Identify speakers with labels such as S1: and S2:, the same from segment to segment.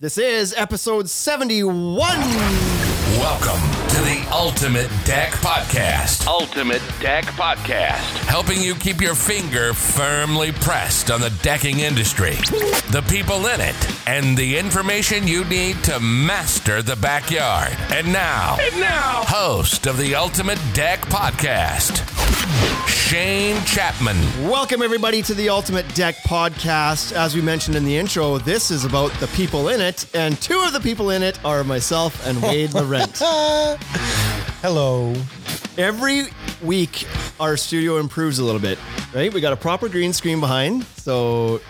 S1: This is episode 71.
S2: Welcome to the Ultimate Deck Podcast.
S3: Ultimate Deck Podcast.
S2: Helping you keep your finger firmly pressed on the decking industry, the people in it, and the information you need to master the backyard. And now,
S3: Now,
S2: host of the Ultimate Deck Podcast, Shane Chapman.
S1: Welcome, everybody, to the Ultimate Deck Podcast. As we mentioned in the intro, this is about the people in it, and two of the people in it are myself and Wade Laurent.
S4: Hello.
S1: Every week, our studio improves a little bit, right? We got a proper green screen behind, so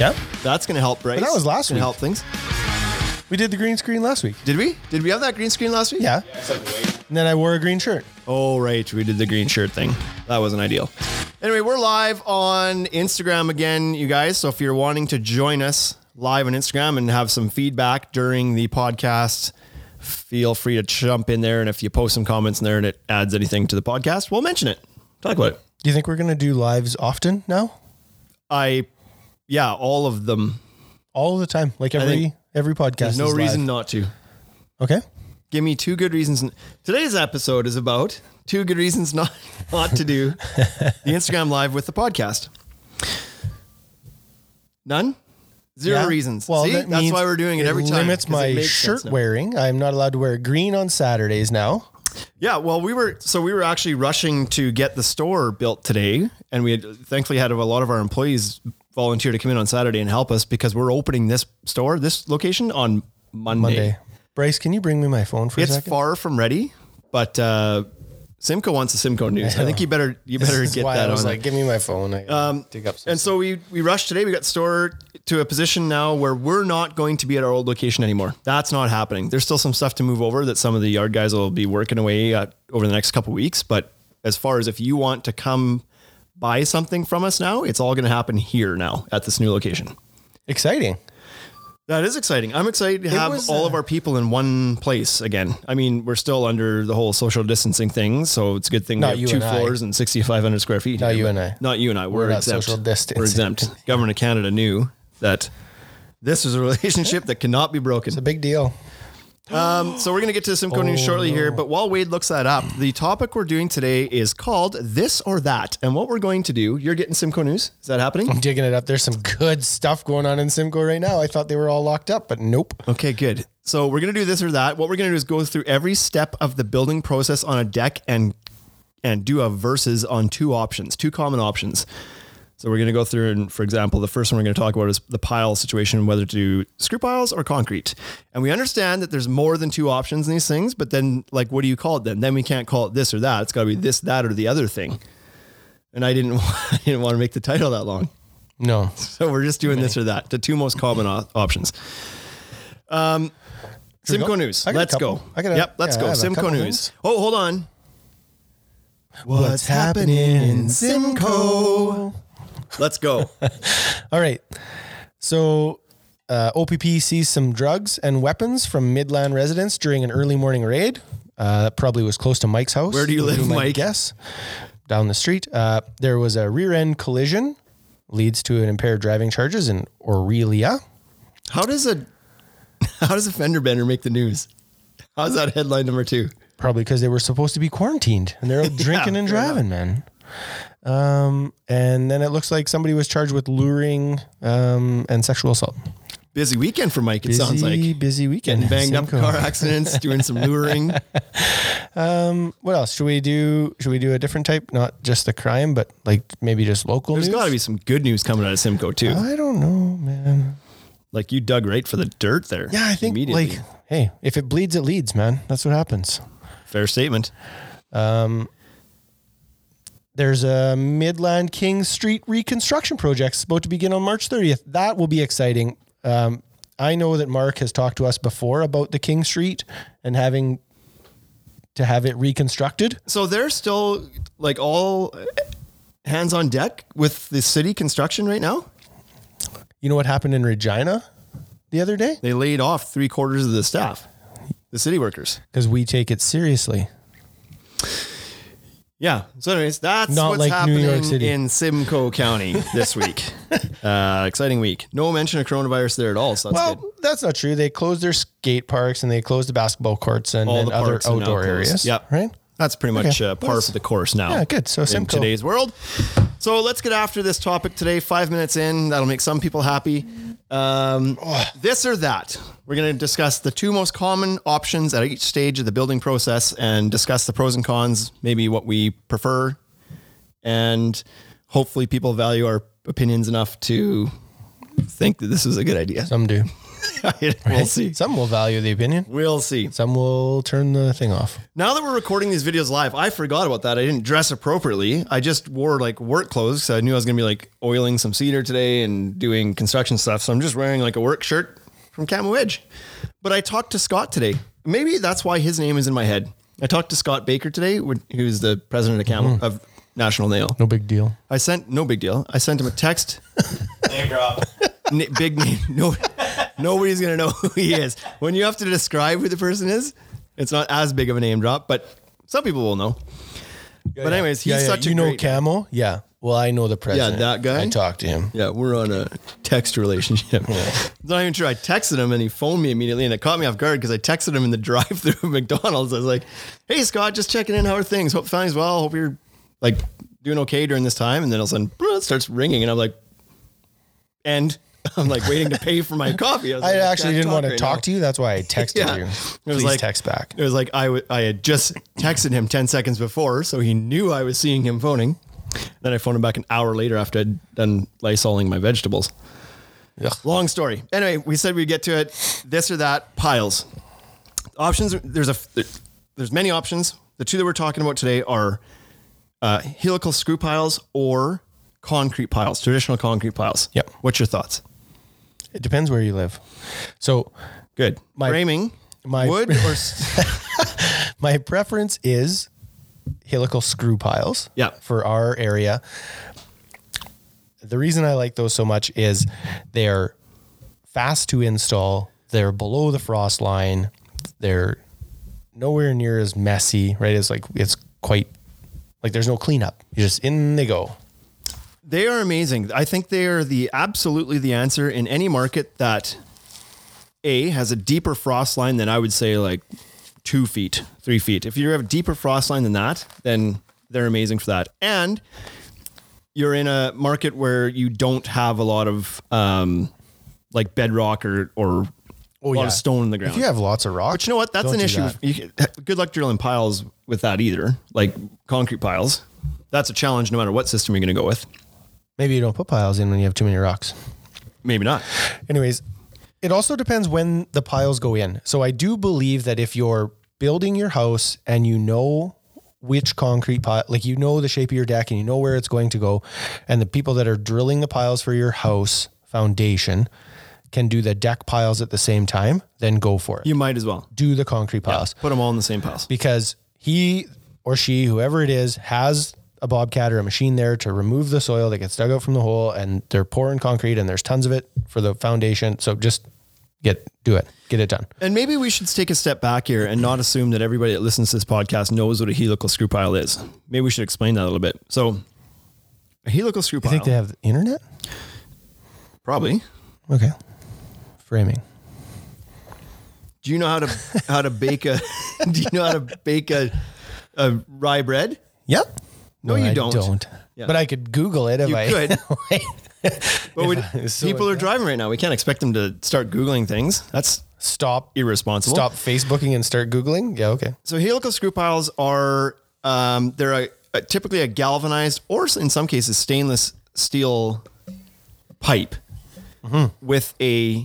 S4: Yep.
S1: that's going to help, right?
S4: But that was last
S1: gonna
S4: week.
S1: help things.
S4: We did the green screen last week.
S1: Did we? Did we have that green screen last week?
S4: Yeah. And then I wore a green shirt.
S1: Oh, right. We did the green shirt thing. That wasn't ideal. Anyway, we're live on Instagram again, you guys. So if you're wanting to join us live on Instagram and have some feedback during the podcast, feel free to jump in there. And if you post some comments in there and it adds anything to the podcast, we'll mention it. Talk about it.
S4: Do you think we're going to do lives often now?
S1: I, yeah, all of them.
S4: All the time, like
S1: think
S4: every every podcast.
S1: There's no
S4: is live.
S1: reason not to.
S4: Okay.
S1: Give me two good reasons. Today's episode is about two good reasons not, not to do the Instagram live with the podcast. None? Zero
S4: Yeah.
S1: reasons.
S4: Well,
S1: See,
S4: that
S1: that's
S4: means
S1: why we're doing it every time.
S4: Limits
S1: 'cause it
S4: my
S1: makes sense
S4: shirt
S1: now.
S4: wearing. I'm not allowed to wear green on Saturdays now.
S1: Yeah, well, we were so we were actually rushing to get the store built today, and we had, thankfully had a lot of our employees volunteer to come in on Saturday and help us because we're opening this store, this location on Monday.
S4: Monday. Bryce, can you bring me my phone for
S1: It's
S4: a second?
S1: far from ready, but uh, Simco wants the Simco news. I think you better you better
S4: That's
S1: get
S4: why
S1: that
S4: I was
S1: on.
S4: like, give me my phone. I um, dig up some.
S1: and so we we rushed today. We got store to a position now where we're not going to be at our old location anymore. That's not happening. There's still some stuff to move over that some of the yard guys will be working away at over the next couple weeks. But as far as if you want to come buy something from us now, it's all going to happen here now at this new location.
S4: Exciting.
S1: That is exciting. I'm excited to have
S4: was,
S1: all
S4: uh,
S1: of our people in one place again. I mean, we're still under the whole social distancing thing, so it's a good thing
S4: Not
S1: we
S4: you
S1: have two
S4: and I.
S1: floors and 6,500 square feet.
S4: Not
S1: here,
S4: you
S1: but-
S4: and I.
S1: Not you and I. We're,
S4: not
S1: exempt.
S4: social
S1: We're
S4: distancing.
S1: exempt. Government of Canada knew that this is a relationship that cannot be broken.
S4: It's a Oh, big deal.
S1: Um, so we're going to get to Simco News shortly here, but while Wade looks that up, the topic we're doing today is called This or That. And what we're going to do, you're getting Simco News. Is that happening?
S4: I'm digging it up. There's some good stuff going on in Simcoe right now. I thought they were all locked up, but nope.
S1: Okay, good. So we're gonna do this or that. What we're gonna do is go through every step of the building process on a deck and and do a versus on two options, two common options. So we're gonna go through and for example, the first one we're gonna talk about is the pile situation, whether to do screw piles or concrete. And we understand that there's more than two options in these things, but then like what do you call it then? Then we can't call it this or that. It's gotta be this, that, or the other thing. And I didn't I didn't want to make the title that long.
S4: No.
S1: So we're just doing this or that. The two most common op- options. Um,
S4: we
S1: Simco
S4: go?
S1: News.
S4: I got a
S1: Let's
S4: couple.
S1: go.
S4: I got a-
S1: yep, let's
S4: yeah, I
S1: go.
S4: have a
S1: Simco
S4: couple
S1: News.
S4: things.
S1: Oh, hold on.
S4: What's happening in Simcoe?
S1: Let's go.
S4: All right. So uh, OPP sees some drugs and weapons from Midland residents during an early morning raid. Uh, that probably was close to Mike's house.
S1: Where do you
S4: would be
S1: live,
S4: my
S1: Mike?
S4: Guess down the street. Uh, there was a rear end collision, leads to an impaired driving charges in Aurelia.
S1: how does a how does a fender bender make the news? How's that headline number two?
S4: Probably because they were supposed to be quarantined and they're out drinking and
S1: fair enough.
S4: driving, man. Um, and then it looks like somebody was charged with luring um, and sexual assault.
S1: Busy weekend for Mike. It sounds
S4: Busy,
S1: like
S4: busy weekend.
S1: getting banged up,
S4: Simcoe.
S1: car accidents, doing some luring.
S4: What else should we do? Should we do a different type, not just the crime, but like maybe just local?
S1: There's
S4: news?
S1: got to be some good news coming out of Simco too.
S4: I don't know, man.
S1: Like you dug right for the dirt there.
S4: Yeah, I think
S1: Immediately.
S4: like, hey, if it bleeds, it leads, man. That's what happens. Um,
S1: fair statement.
S4: There's a Midland King Street reconstruction project supposed to begin on March 30th. That will be exciting. Um, I know that Mark has talked to us before about the King Street and having to have it reconstructed.
S1: So they're still like all hands on deck with the city construction right now.
S4: You know what happened in Regina the other day?
S1: They laid off three quarters of the staff, the city workers.
S4: Because we take it seriously.
S1: Yeah. So, anyways, that's
S4: Not
S1: what's
S4: like New
S1: happening
S4: York City.
S1: in Simcoe County this week. uh, exciting week. No mention of coronavirus there at all. So that's
S4: Well,
S1: good.
S4: that's not true. They closed their skate parks and they closed the basketball courts and,
S1: All
S4: and
S1: the
S4: other
S1: parks are now
S4: outdoor
S1: closed.
S4: areas.
S1: Yep.
S4: Right?
S1: That's pretty much
S4: Okay.
S1: uh, par
S4: Nice.
S1: for the course now.
S4: Yeah, good. So
S1: in
S4: Simcoe.
S1: today's world. So let's get after this topic today. Five minutes in, that'll make some people happy. Um, this or that. We're going to discuss the two most common options at each stage of the building process and discuss the pros and cons, maybe what we prefer, and hopefully people value our opinions enough to think that this is a good idea.
S4: Some do.
S1: we'll see.
S4: Some will value the opinion.
S1: We'll see.
S4: Some will turn the thing off.
S1: Now that we're recording these videos live, I forgot about that. I didn't dress appropriately. I just wore like work clothes. So I knew I was going to be like oiling some cedar today and doing construction stuff. So I'm just wearing like a work shirt from Camo Edge. But I talked to Scott today. Maybe that's why his name is in my head. I talked to Scott Baker today, wh- who's the president of Camo of National Nail.
S4: No big deal.
S1: I sent no big deal. I sent him a text. N- big name. No, nobody's gonna know who he is. When you have to describe who the person is, it's not as big of a name drop, but some people will know. but anyways, he's
S4: yeah, yeah.
S1: such
S4: you
S1: a
S4: know
S1: great.
S4: Camo? Yeah. Well, I know the president.
S1: that guy?
S4: I talked to him.
S1: yeah, we're on a text relationship. Not even sure. I texted him and he phoned me immediately, and it caught me off guard because I texted him in the drive-through of McDonald's. I was like, "Hey, Scott, just checking in. How are things? Hope family's well. Hope you're like doing okay during this time." And then all of a sudden, it starts ringing, and I'm like, "And." I'm like waiting to pay for my coffee. was
S4: I
S1: like,
S4: actually
S1: can't
S4: didn't want to
S1: right
S4: talk
S1: now.
S4: to you. That's why I texted
S1: Yeah.
S4: you.
S1: It was
S4: Please
S1: like-
S4: text back.
S1: It was like I w- I had just texted him 10 seconds before, so he knew I was seeing him phoning. Then I phoned him back an hour later after I'd done Lysoling my vegetables.
S4: Ugh.
S1: Long story. Anyway, we said we'd get to it. This or that, piles. Options, there's a, there's many options. The two that we're talking about today are uh, helical screw piles or concrete piles, traditional concrete piles.
S4: Yep.
S1: What's your thoughts?
S4: It depends where you live. So
S1: Good.
S4: My-
S1: Framing,
S4: my-
S1: wood or, s-
S4: my preference is helical screw piles
S1: Yeah.
S4: for our area. The reason I like those so much is they're fast to install, they're below the frost line, they're nowhere near as messy, right? It's like it's quite like there's no cleanup. You just in they go.
S1: They are amazing. I think they are the absolutely the answer in any market that A has a deeper frost line than I would say like two feet, three feet. If you have a deeper frost line than that, then they're amazing for that. And you're in a market where you don't have a lot of um like bedrock or or a lot
S4: Oh, yeah.
S1: of stone in the ground.
S4: If you have lots of rocks,
S1: But you know what? That's
S4: don't
S1: an
S4: do
S1: issue.
S4: that.
S1: You can- good luck drilling piles with that either. Like concrete piles. That's a challenge no matter what system you're going to go with.
S4: Maybe you don't put piles in when you have too many rocks.
S1: Maybe not.
S4: Anyways, it also depends when the piles go in. So I do believe that if you're building your house and you know which concrete pile, like you know the shape of your deck and you know where it's going to go, and the people that are drilling the piles for your house foundation can do the deck piles at the same time, then go for it.
S1: You might as well.
S4: do the concrete piles
S1: Put them all in the same piles.
S4: because he or she, whoever it is, has a bobcat or a machine there to remove the soil that gets dug out from the hole, and they're pouring concrete, and there's tons of it for the foundation. So just get do it, get it done.
S1: And maybe we should take a step back here and not assume that everybody that listens to this podcast knows what a helical screw pile is. Maybe we should explain that a little bit. So, a helical screw
S4: I
S1: pile,
S4: think they have the internet.
S1: probably.
S4: Okay, framing.
S1: Do you know how to how to bake a? do you know how to bake a a rye bread?
S4: Yep.
S1: No, you
S4: I
S1: don't. Yeah.
S4: But I could Google it if
S1: You
S4: I
S1: could. But we,
S4: so
S1: people are
S4: yeah.
S1: driving right now. We can't expect them to start googling things. That's
S4: stop
S1: irresponsible.
S4: stop Facebooking and start Googling. Yeah. Okay.
S1: So helical screw piles are um, they're a, a- typically a galvanized or s- in some cases stainless steel pipe with a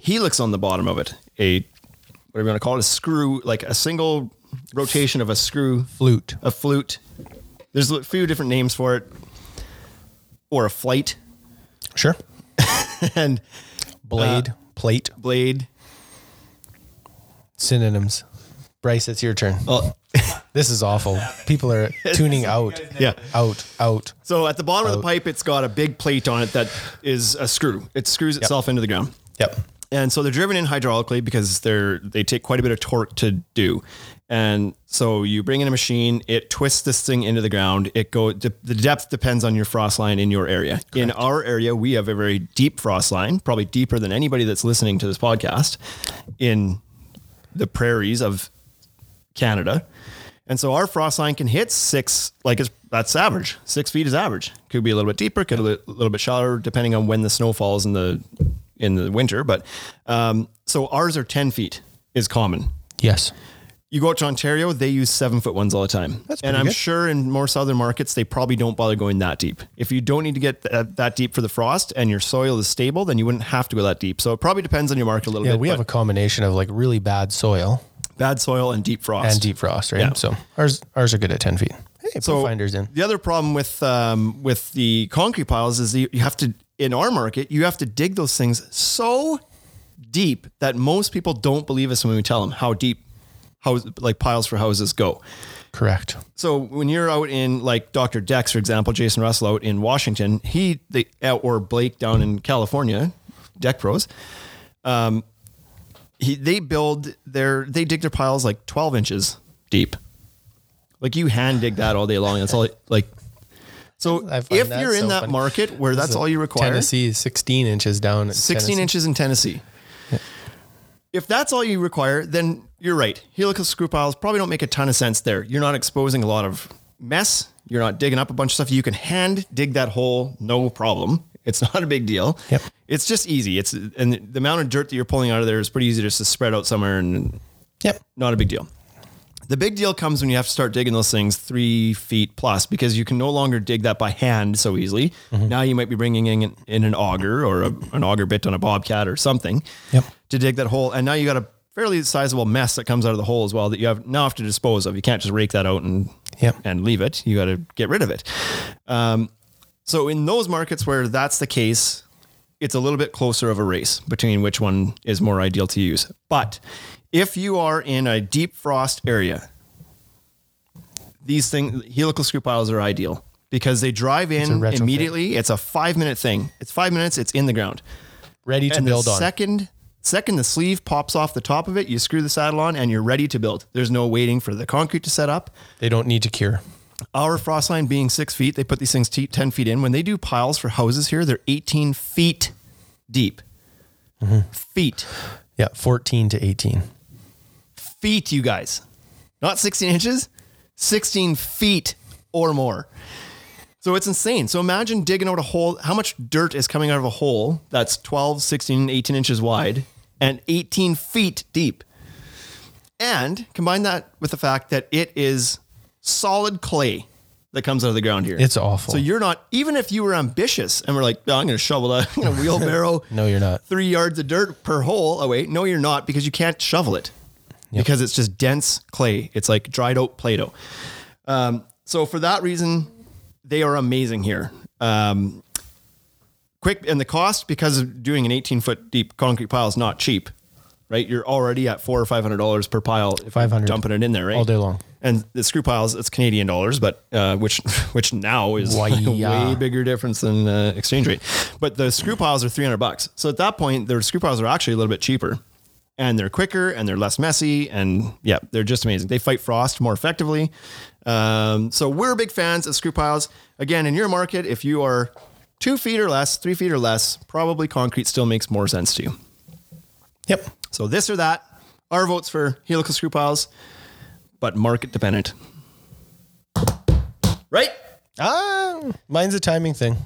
S1: helix on the bottom of it. A whatever you want to call it, a screw, like a single rotation of a screw,
S4: Flute.
S1: a flute. There's a few different names for it, or a flight
S4: Sure.
S1: Uh, and
S4: Blade. plate.
S1: blade.
S4: Synonyms. Bryce, it's your turn.
S1: Oh,
S4: This is awful. People are tuning out,
S1: yeah.
S4: out, out.
S1: So at the bottom of the pipe, it's got a big plate on it that is a screw. It screws itself into the ground.
S4: Yep.
S1: And so they're driven in hydraulically because they're they take quite a bit of torque to do. And so you bring in a machine, it twists this thing into the ground. It go de- the depth depends on your frost line in your area. In our area, we have a very deep frost line, probably deeper than anybody that's listening to this podcast in the prairies of Canada. And so our frost line can hit six, like it's, that's average. Six feet is average. Could be a little bit deeper, could a li- little bit shallower, depending on when the snow falls in the in the winter. But um, so ours are ten feet is common.
S4: Yes.
S1: You go out to Ontario, they use seven foot ones all the time.
S4: That's
S1: and
S4: pretty
S1: I'm
S4: good.
S1: sure in more southern markets, they probably don't bother going that deep. If you don't need to get th- that deep for the frost and your soil is stable, then you wouldn't have to go that deep. So it probably depends on your market a little
S4: Yeah,
S1: bit.
S4: we have a
S1: but
S4: combination of like really bad soil
S1: bad soil and deep frost.
S4: and deep frost, right?
S1: Yeah.
S4: So ours ours are good at ten feet. Hey, put finders in.
S1: The other problem with um, with the concrete piles is you, you have to in our market you have to dig those things so deep that most people don't believe us when we tell them how deep house like piles for houses go.
S4: Correct.
S1: So when you're out in like Dr. Dex, for example, Jason Russell out in Washington, he they or Blake down in California, Deck Pros, um, he, they build their they dig their piles like 12 inches deep. Like you hand dig that all day long. That's all like. So
S4: I find
S1: if
S4: that
S1: you're in
S4: so
S1: that
S4: funny.
S1: market where that's
S4: So
S1: all you require,
S4: Tennessee is sixteen inches down. At
S1: 16
S4: Tennessee.
S1: inches in Tennessee. If that's all you require, then you're right. Helical screw piles probably don't make a ton of sense there. You're not exposing a lot of mess. You're not digging up a bunch of stuff. You can hand dig that hole, no problem. It's not a big deal.
S4: Yep.
S1: It's just easy. It's and the amount of dirt that you're pulling out of there is pretty easy just to spread out somewhere and
S4: Yep.
S1: not a big deal. The big deal comes when you have to start digging those things three feet plus because you can no longer dig that by hand so easily.
S4: Mm-hmm.
S1: Now you might be bringing in, in an auger or a, an auger bit on a bobcat or something
S4: Yep.
S1: to dig that hole. And now you got a fairly sizable mess that comes out of the hole as well that you have now have to dispose of. You can't just rake that out and
S4: Yep.
S1: and leave it. You got to get rid of it. Um, so in those markets where that's the case, it's a little bit closer of a race between which one is more ideal to use. But if you are in a deep frost area, these things helical screw piles are ideal because they drive in
S4: retrofit.
S1: immediately. It's a five minute thing. It's five minutes. It's in the ground
S4: Ready to build
S1: the
S4: on.
S1: Second, second, the sleeve pops off the top of it. You screw the saddle on, and you're ready to build. There's no waiting for the concrete to set up.
S4: they don't need to cure.
S1: Our frost line being six feet, they put these things te- ten feet in. When they do piles for houses here, they're 18 feet deep. Feet,
S4: Yeah, fourteen to eighteen.
S1: feet, you guys, not 16 inches, 16 feet or more. So it's insane. So imagine digging out a hole. How much dirt is coming out of a hole that's 12, 16, 18 inches wide and 18 feet deep? And combine that with the fact that it is solid clay that comes out of the ground here.
S4: It's awful.
S1: So you're not, even if you were ambitious and were like, "Oh, I'm going to shovel a I'm gonna wheelbarrow.
S4: No, you're not.
S1: Three yards of dirt per hole. Oh, wait. No, you're not because you can't shovel it because it's just dense clay. It's like dried out Play Doh. Um, so for that reason, they are amazing here. Um, quick and the cost because of doing an 18 foot deep concrete pile is not cheap, right? You're already at four or five hundred dollars per pile if you're
S4: 500
S1: dumping it in there, right?
S4: all day long.
S1: And the screw piles, it's Canadian dollars, but uh, which which now is
S4: Why, yeah.
S1: way bigger difference than uh, exchange rate. But the screw piles are three hundred bucks. So at that point, their screw piles are actually a little bit cheaper, and they're quicker and they're less messy, and yeah, they're just amazing. They fight frost more effectively. Um, so we're big fans of screw piles. Again, in your market, if you are two feet or less, three feet or less, probably concrete still makes more sense to you.
S4: Yep.
S1: So this or that, our votes for helical screw piles, but market dependent. Right?
S4: Ah, mine's a timing thing.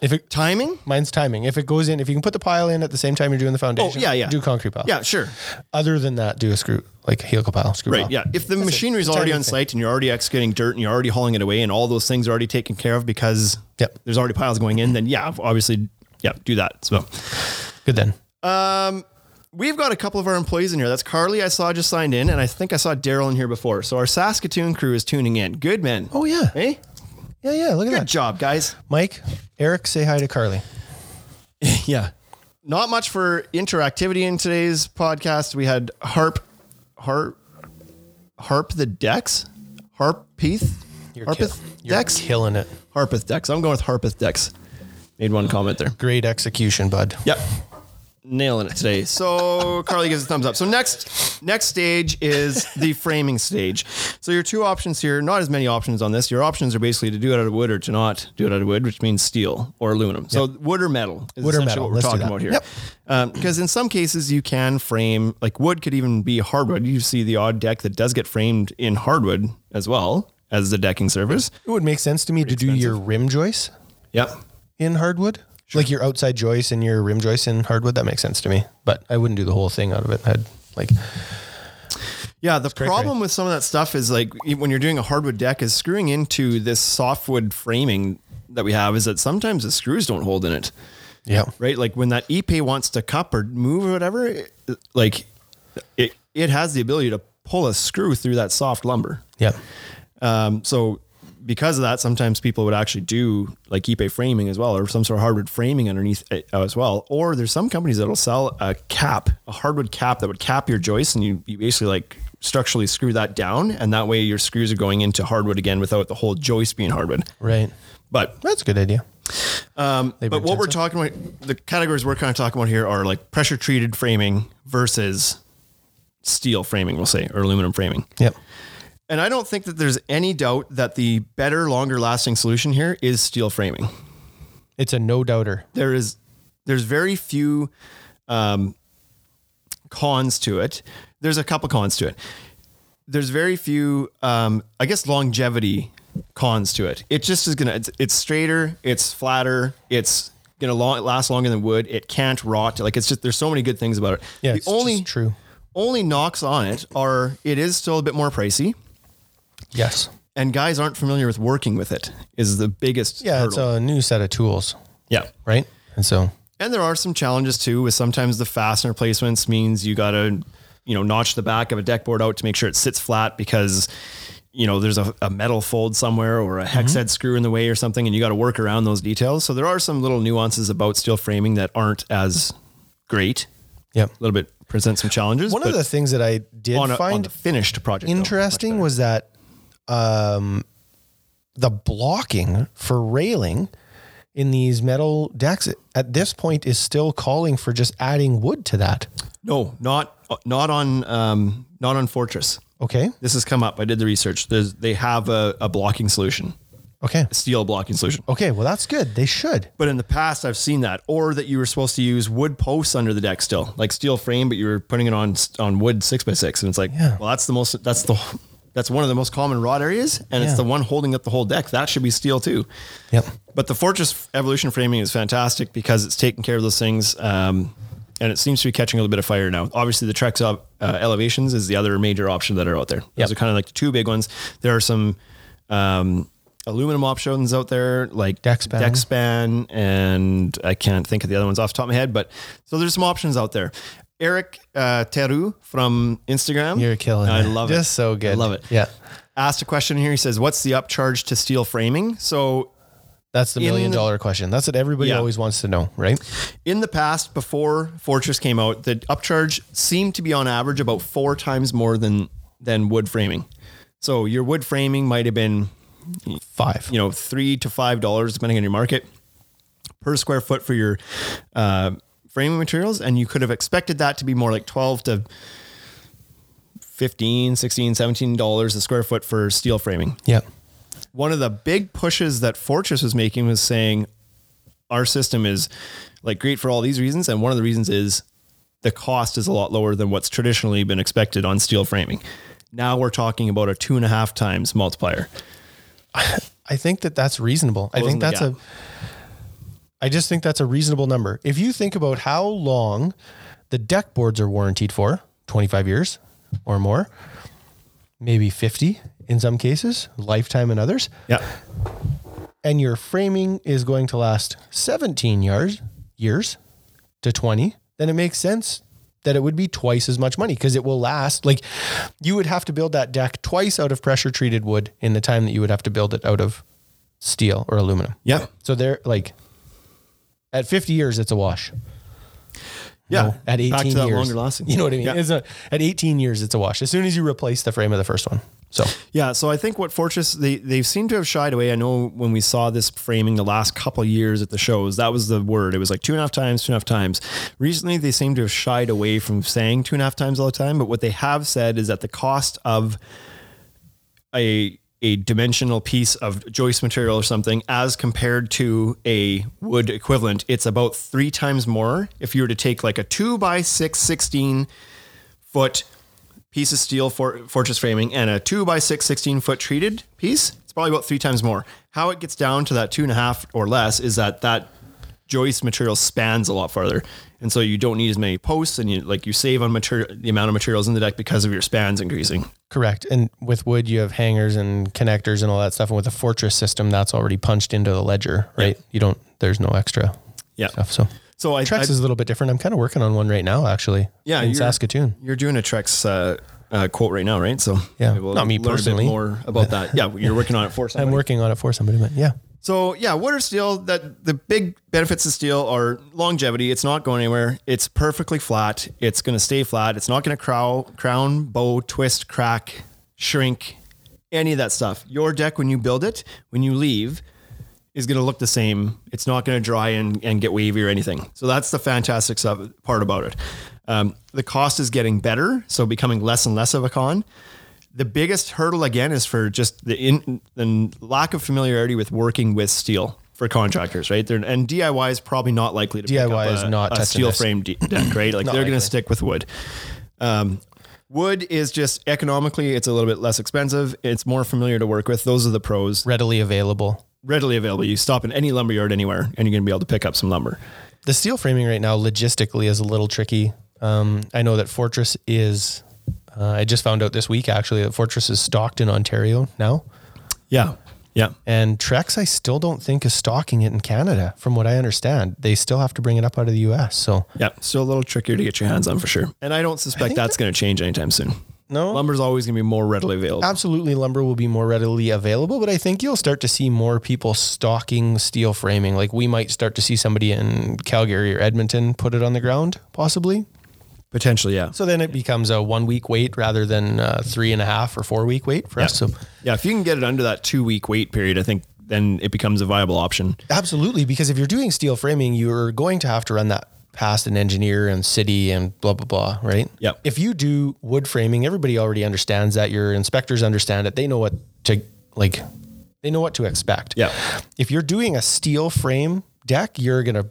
S4: If it
S1: Timing?
S4: mine's timing. If it goes in, if you can put the pile in at the same time you're doing the foundation.
S1: Oh, yeah, yeah.
S4: Do concrete pile.
S1: Yeah, sure.
S4: Other than that, do a screw like a helical pile, screw
S1: Right.
S4: pile.
S1: Yeah. If the machinery is already
S4: Timing
S1: on
S4: thing.
S1: site and you're already excavating dirt and you're already hauling it away and all those things are already taken care of because
S4: Yep.
S1: there's already piles going in, then yeah, obviously, yeah, do that. So
S4: Good then.
S1: we've got a couple of our employees in here. That's Carly I saw just signed in, and I think I saw Daryl in here before. So our Saskatoon crew is tuning in. Good men.
S4: Oh yeah.
S1: Hey,
S4: Yeah, yeah. Look at
S1: good
S4: that.
S1: job, guys.
S4: Mike, Eric, say hi to Carly.
S1: Yeah. Not much for interactivity in today's podcast. We had Harp, Harp, Harp the Dex, Harpeth, Harpeth
S4: You're
S1: Dex,
S4: killing it.
S1: Harpeth Dex. I'm going with Harpeth Dex. Made one comment there.
S4: Great execution, bud.
S1: Yep. nailing it today. So Carly gives a thumbs up. So next next stage is the framing stage. So your two options here, not as many options on this. Your options are basically to do it out of wood or to not do it out of wood, which means steel or aluminum. So wood or metal is
S4: Wood or
S1: essentially
S4: metal.
S1: what we're
S4: Let's do
S1: talking
S4: that.
S1: about here.
S4: Yep.
S1: Because in some cases you can frame like wood could even be hardwood. You see the odd deck that does get framed in hardwood as well as the decking surface.
S4: It would make sense to me to do your rim joists
S1: Yep.
S4: in hardwood, like your outside joist and your rim joist in hardwood. That makes sense to me, but I wouldn't do the whole thing out of it. I'd like
S1: Yeah, the problem with some of that stuff is like e, when you're doing a hardwood deck is screwing into this softwood framing that we have is that sometimes the screws don't hold in it,
S4: yeah,
S1: right? Like when that EPA wants to cup or move or whatever, it- like it it has the ability to pull a screw through that soft lumber.
S4: yeah,
S1: Um, so because of that, sometimes people would actually do like Ipe framing as well, or some sort of hardwood framing underneath it as well. Or there's some companies that'll sell a cap, a hardwood cap that would cap your joist, and you, you basically like structurally screw that down, and that way your screws are going into hardwood again without the whole joist being hardwood.
S4: right.
S1: But
S4: That's a good idea. Labor
S1: but what we're
S4: intensive.
S1: talking about, the categories we're kind of talking about here are like pressure treated framing versus steel framing, we'll say, or aluminum framing.
S4: Yep.
S1: And I don't think that there's any doubt that the better, longer lasting solution here is steel framing.
S4: It's a no doubter.
S1: There is there's very few um, cons to it. There's a couple cons to it. There's very few, um, I guess, longevity cons to it. It just is gonna. It's, it's straighter. It's flatter. It's gonna long, last longer than wood. It can't rot. Like it's just there's so many good things about it.
S4: Yeah,
S1: the
S4: it's
S1: only
S4: just true.
S1: only knocks on it are it is still a bit more pricey
S4: Yes.
S1: and guys aren't familiar with working with it is the biggest
S4: Yeah,
S1: hurdle.
S4: it's a new set of tools,
S1: yeah
S4: right? And so
S1: and there are some challenges too with sometimes the fastener placements means you gotta you know notch the back of a deck board out to make sure it sits flat because you know there's a, a metal fold somewhere or a hex head screw in the way or something and you gotta work around those details so there are some little nuances about steel framing that aren't as great
S4: Yep.
S1: a little bit present some challenges
S4: One of
S1: but
S4: the things that I did
S1: on, a, on
S4: find
S1: the finished project though, much
S4: interesting
S1: better.
S4: was that um, the blocking for railing in these metal decks at this point is still calling for just adding wood to that.
S1: no not not on um not on fortress
S4: Okay.
S1: This has come up. I did the research. There's, they have a, a blocking solution,
S4: Okay.
S1: steel blocking solution.
S4: Okay. Well, that's good. They should.
S1: But in the past, I've seen that, or that you were supposed to use wood posts under the deck still, like steel frame, but you were putting it on on wood six by six, and it's like,
S4: Yeah.
S1: well, that's the most that's the that's one of the most common rod areas, and
S4: Yeah.
S1: it's the one holding up the whole deck. That should be steel too.
S4: Yep.
S1: But the Fortress Evolution framing is fantastic because it's taking care of those things. Um, and it seems to be catching a little bit of fire now. Obviously, the Trex uh, elevations is the other major option that are out there. Those
S4: Yep.
S1: are kind of like the two big ones. There are some um, aluminum options out there, like
S4: Dexpan.
S1: Dexpan, and I can't think of the other ones off the top of my head. But so there's some options out there. Eric uh, Teru from Instagram.
S4: You're killing
S1: I
S4: it.
S1: love it.
S4: Just so good.
S1: I love it.
S4: Yeah.
S1: Asked a question here. He says, What's the upcharge to steel framing? So
S4: That's the
S1: In
S4: million
S1: the-
S4: dollar question. That's what everybody
S1: Yeah.
S4: always wants to know, right?
S1: in the past, before Fortress came out, the upcharge seemed to be on average about four times more than than wood framing. So your wood framing might have been,
S4: Five.
S1: you know, three to five dollars depending on your market per square foot for your uh, framing materials, and you could have expected that to be more like twelve to 15 16 17 dollars a square foot for steel framing
S4: Yep.
S1: one of the big pushes that Fortress was making was saying our system is like great for all these reasons, and one of the reasons is the cost is a lot lower than what's traditionally been expected on steel framing. Now we're talking about a two and a half times multiplier.
S4: I think that that's reasonable. I
S1: Closing
S4: think
S1: the
S4: that's a.
S1: gap.
S4: I just think that's a reasonable number. If you think about how long the deck boards are warranted for, 25 years or more, maybe 50 in some cases, lifetime in others,
S1: Yeah,
S4: and your framing is going to last 17 years, years to 20, then it makes sense that it would be twice as much money because it will last. Like you would have to build that deck twice out of pressure treated wood in the time that you would have to build it out of steel or aluminum.
S1: yeah,
S4: So they're like at 50 years, it's a wash.
S1: yeah.
S4: No, at 18
S1: Back to that
S4: years,
S1: longer lasting.
S4: You know what I mean?
S1: Yeah.
S4: It's a, at 18 years, it's a wash. As soon as you replace the frame of the first one. So
S1: Yeah, so I think what Fortress they they seem to have shied away. I know when we saw this framing the last couple of years at the shows, that was the word. It was like two and a half times, two and a half times. Recently, they seem to have shied away from saying two and a half times all the time. But what they have said is that the cost of a a dimensional piece of joist material or something as compared to a wood equivalent, it's about three times more. If you were to take like a two by six sixteen foot piece of steel for fortress framing and a two by six 16 foot treated piece, it's probably about three times more. How it gets down to that two and a half or less is that that joist material spans a lot farther. And so you don't need as many posts and you like you save on material the amount of materials in the deck because of your spans increasing.
S4: correct. And with wood, you have hangers and connectors and all that stuff. And with a fortress system, that's already punched into the ledger, right? You don't. There's no extra
S1: Yeah.
S4: stuff. So
S1: So I,
S4: Trex
S1: I-
S4: is a little bit different. I'm kind of working on one right now, actually.
S1: Yeah,
S4: in
S1: you're-
S4: Saskatoon.
S1: you're doing a Trex uh, uh, quote right now, right? So
S4: Yeah.
S1: maybe we'll
S4: Not me
S1: learn a bit
S4: personally.
S1: more about that. Yeah, you're working on it for somebody.
S4: I'm working on it for somebody, but yeah,
S1: So yeah, water steel. That the big benefits of steel are longevity. It's not going anywhere. It's perfectly flat. It's going to stay flat. It's not going to crow, crown, bow, twist, crack, shrink, any of that stuff. Your deck when you build it, when you leave, is going to look the same. It's not going to dry and, and get wavy or anything. So that's the fantastic stuff, part about it. Um, the cost is getting better, so becoming less and less of a con the biggest hurdle again is for just the in the lack of familiarity with working with steel for contractors, right? They're, and DIY is probably not likely to pick
S4: DIY
S1: up
S4: is
S1: a,
S4: not
S1: a
S4: touching
S1: steel
S4: this.
S1: frame de- deck, right? Like
S4: Not
S1: they're going to
S4: likely.
S1: stick with wood. Um, wood is just economically, it's a little bit less expensive. It's more familiar to work with. Those are the pros.
S4: readily available.
S1: Readily available. You stop in any lumber yard anywhere, and you're going to be able to pick up some lumber.
S4: The steel framing right now, logistically, is a little tricky. Um, I know that Fortress is. Uh, I just found out this week actually that Fortress is stocked in Ontario now,
S1: Yeah, yeah.
S4: and Trex I still don't think is stocking it in Canada. From what I understand, they still have to bring it up out of the U.S. So
S1: Yeah, still a little trickier to get your hands on for sure. And I don't suspect that's going to change anytime soon.
S4: No?
S1: Lumber's always going to be more readily available.
S4: absolutely lumber will be more readily available but i think you'll start to see more people stocking steel framing like we might start to see somebody in calgary or edmonton put it on the ground possibly
S1: Potentially, yeah.
S4: so then it becomes a one week wait rather than uh three and a half or four week wait for us so
S1: Yeah, if you can get it under that two week wait period, I think then it becomes a viable option.
S4: absolutely because if you're doing steel framing you're going to have to run that past an engineer and city and blah blah blah right
S1: Yep.
S4: if you do wood framing everybody already understands that your inspectors understand it they know what to like they know what to expect
S1: Yeah.
S4: if you're doing a steel frame deck, you're gonna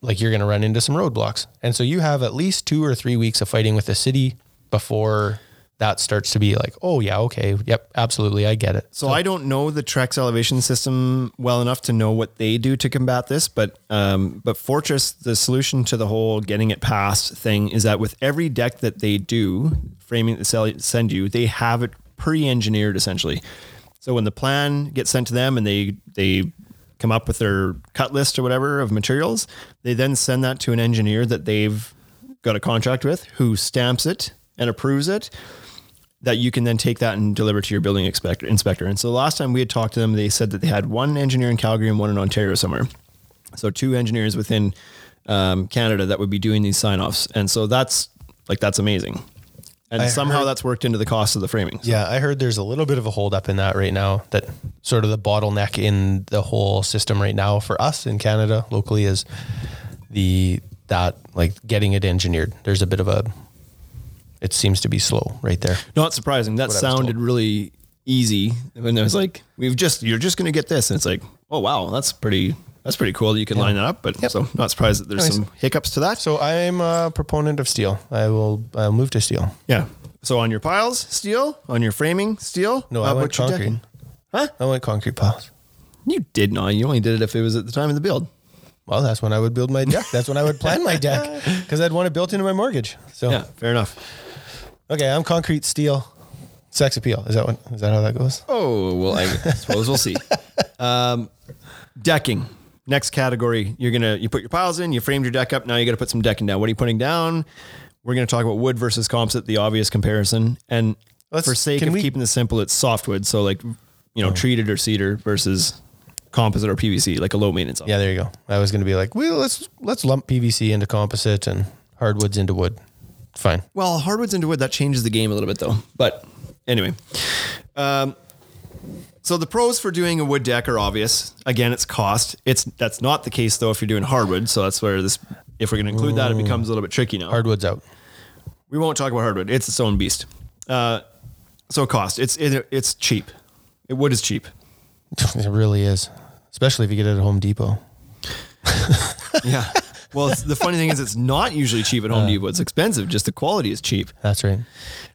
S4: like you're gonna run into some roadblocks. And so you have at least two or three weeks of fighting with the city before that starts to be like, oh yeah, okay, yep, absolutely, I get it.
S1: So I don't know the Trex elevation system well enough to know what they do to combat this, but um, but Fortress, the solution to the whole getting it past thing is that with every deck that they do framing that sell, send you, they have it pre-engineered essentially. So when the plan gets sent to them and they they come up with their cut list or whatever of materials, they then send that to an engineer that they've got a contract with who stamps it and approves it that you can then take that and deliver to your building inspector. inspector. And so last time we had talked to them, they said that they had one engineer in Calgary and one in Ontario somewhere. So two engineers within um, Canada that would be doing these sign offs. And so that's like, that's amazing. And somehow that's worked into the cost of the framing.
S4: yeah, I heard there's a little bit of a holdup in that right now. That sort of the bottleneck in the whole system right now for us in Canada locally is the that like getting it engineered. There's a bit of a it seems to be slow right there.
S1: Not surprising. That
S4: What I was
S1: sounded really easy. And it was like, we've just, you're just going to get this. And it's like, oh, wow, that's pretty, that's pretty cool that you can line that up. But so not surprised that there's
S4: Nice.
S1: some hiccups to that.
S4: So I'm a proponent of steel. I will uh, move to steel.
S1: Yeah. So on your piles, steel. On your framing, steel. Uh,
S4: No,
S1: How
S4: I
S1: about
S4: went
S1: your
S4: concrete.
S1: decking? Huh?
S4: I went concrete piles.
S1: You did not. You only did it if it was at the time of the build.
S4: Well, that's when I would build my deck. That's when I would plan my deck because I'd want it built into my mortgage. So
S1: Yeah, fair enough.
S4: okay, I'm concrete steel. Sex appeal. Is that what? Is that how that goes?
S1: Oh well, I suppose we'll see. Um, decking. Next category. You're gonna you put your piles in. You framed your deck up. Now you got to put some decking down. What are you putting down? We're gonna talk about wood versus composite, the obvious comparison. And
S4: Let's-
S1: for sake
S4: can
S1: of
S4: we-
S1: keeping this simple, it's softwood. So like you know, treated or cedar versus composite or PVC, like a low maintenance.
S4: Yeah, there you go. I was going to be like, well, let's let's lump PVC into composite and hardwoods into wood. Fine.
S1: Well, hardwoods into wood that changes the game a little bit though. But anyway, Um, So the pros for doing a wood deck are obvious. Again, it's cost. It's that's not the case though if you're doing hardwood. So that's where this, if we're going to include that, it becomes a little bit tricky now.
S4: Hardwood's out.
S1: we won't talk about hardwood. It's its own beast. Uh, so cost. It's it, it's cheap. It, wood is cheap.
S4: it really is, especially if you get it at Home Depot.
S1: Yeah. well, it's, the funny thing is, it's not usually cheap at Home Depot. It's expensive. Just the quality is cheap.
S4: That's right.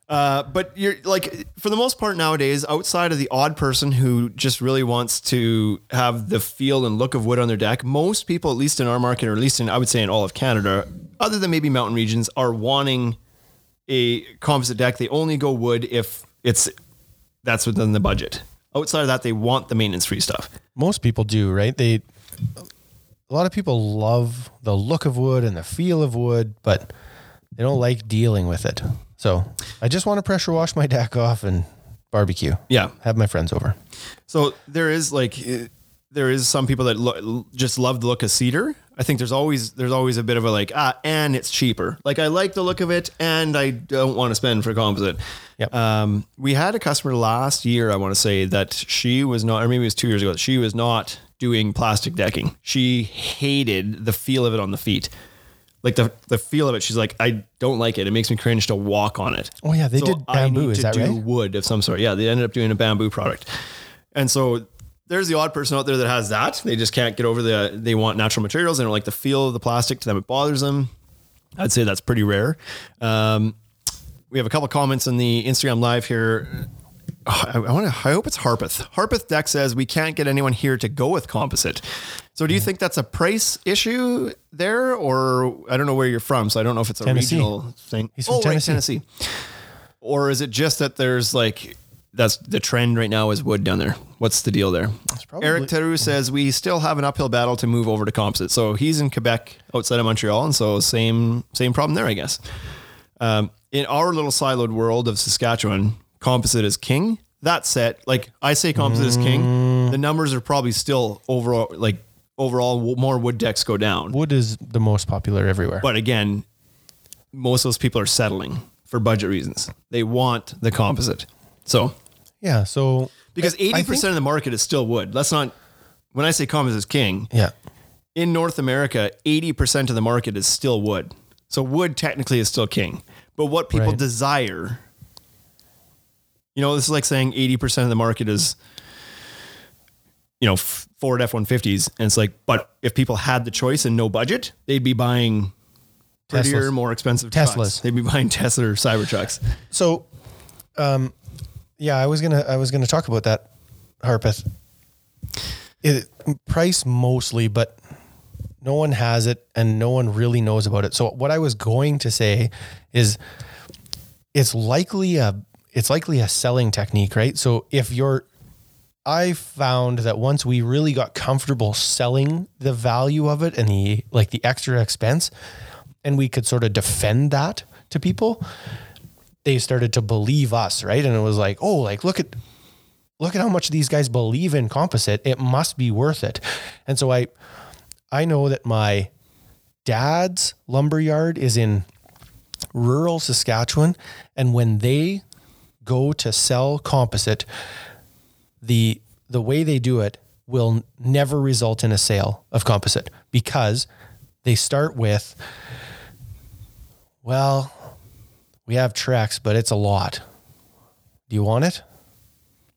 S1: Uh, but you're like, for the most part nowadays, outside of the odd person who just really wants to have the feel and look of wood on their deck, most people, at least in our market, or at least in, I would say, in all of Canada, other than maybe mountain regions, are wanting a composite deck. They only go wood if it's that's within the budget. Outside of that, they want the maintenance free stuff.
S4: Most people do, right? They a lot of people love the look of wood and the feel of wood, but they don't like dealing with it. So I just want to pressure wash my deck off and barbecue.
S1: Yeah.
S4: Have my friends over.
S1: So there is like eh, there is some people that lo- just love the look of cedar. I think there's always there's always a bit of a like ah and it's cheaper. Like I like the look of it and I don't want to spend for composite.
S4: Yep.
S1: Um, we had a customer last year I want to say that she was not or maybe it was 2 years ago that she was not doing plastic decking. She hated the feel of it on the feet. Like the the feel of it she's like I don't like it. It makes me cringe to walk on it.
S4: Oh yeah, they
S1: So
S4: did
S1: I
S4: bamboo.
S1: need
S4: Is
S1: to
S4: that
S1: do
S4: right?
S1: Wood of some sort. Yeah, they ended up doing a bamboo product, and so there's the odd person out there that has that. They just can't get over the. They want natural materials. They don't like the feel of the plastic. To them, it bothers them. I'd say that's pretty rare. Um, we have a couple comments in the Instagram live here. Oh, I, want to. I hope it's Harpeth. Harpeth Deck says we can't get anyone here to go with composite. So, do you think that's a price issue there, or I don't know where you're from, so I don't know if it's a
S4: Tennessee.
S1: regional thing.
S4: He's from
S1: oh, right,
S4: Tennessee.
S1: Tennessee or is it just that there's like that's the trend right now is wood down there? What's the deal there?
S4: probably-
S1: Eric Teru says we still have an uphill battle to move over to composite. So he's in Quebec outside of Montreal, and so same same problem there, I guess. Um, in our little siloed world of Saskatchewan, composite is king. That said, like I say, composite is king.
S4: Mm.
S1: The numbers are probably still overall like overall w- more wood decks go down.
S4: Wood is the most popular everywhere.
S1: But again, most of those people are settling for budget reasons. They want the composite. So,
S4: yeah, so
S1: because 80%
S4: I think-
S1: of the market is still wood. That's not, when I say composite is king,
S4: yeah.
S1: in North America, 80% of the market is still wood. So, wood technically is still king. But what people
S4: Right.
S1: desire, you know, this is like saying 80% of the market is, you know, F- Ford F 150s. And it's like, but if people had the choice and no budget, they'd be buying prettier,
S4: Teslas.
S1: more expensive
S4: Teslas.
S1: trucks. They'd be buying Tesla or Cybertrucks.
S4: So, um, yeah, I was gonna I was gonna talk about that, Harpeth. It, price mostly, but no one has it, and no one really knows about it. So what I was going to say is, it's likely a it's likely a selling technique, right? So if you're I found that once we really got comfortable selling the value of it and the like the extra expense, and we could sort of defend that to people, they started to believe us, right? And it was like, oh, like look at look at how much these guys believe in composite. It must be worth it. And so I I know that my dad's lumber yard is in rural Saskatchewan. And when they go to sell composite, the the way they do it will never result in a sale of composite because they start with well we have Trex, but it's a lot. Do you want it?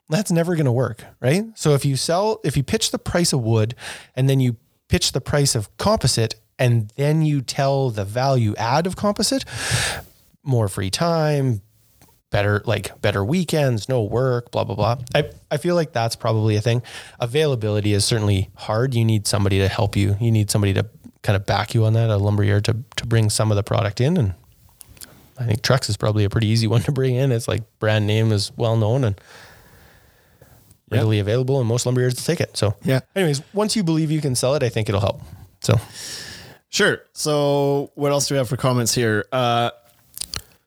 S4: That's never going to work, right? So if you sell, if you pitch the price of wood and then you pitch the price of composite and then you tell the value add of composite, more free time, better like better weekends, no work, blah blah blah. I I feel like that's probably a thing. Availability is certainly hard. You need somebody to help you. You need somebody to kind of back you on that, a lumberyard to to bring some of the product in and I think Trex is probably a pretty easy one to bring in. It's like brand name is well known and readily available, and most lumberyards will take it. So,
S1: Yeah.
S4: Anyways, once you believe you can sell it, I think it'll help. So,
S1: Sure. So, what else do we have for comments here? Uh,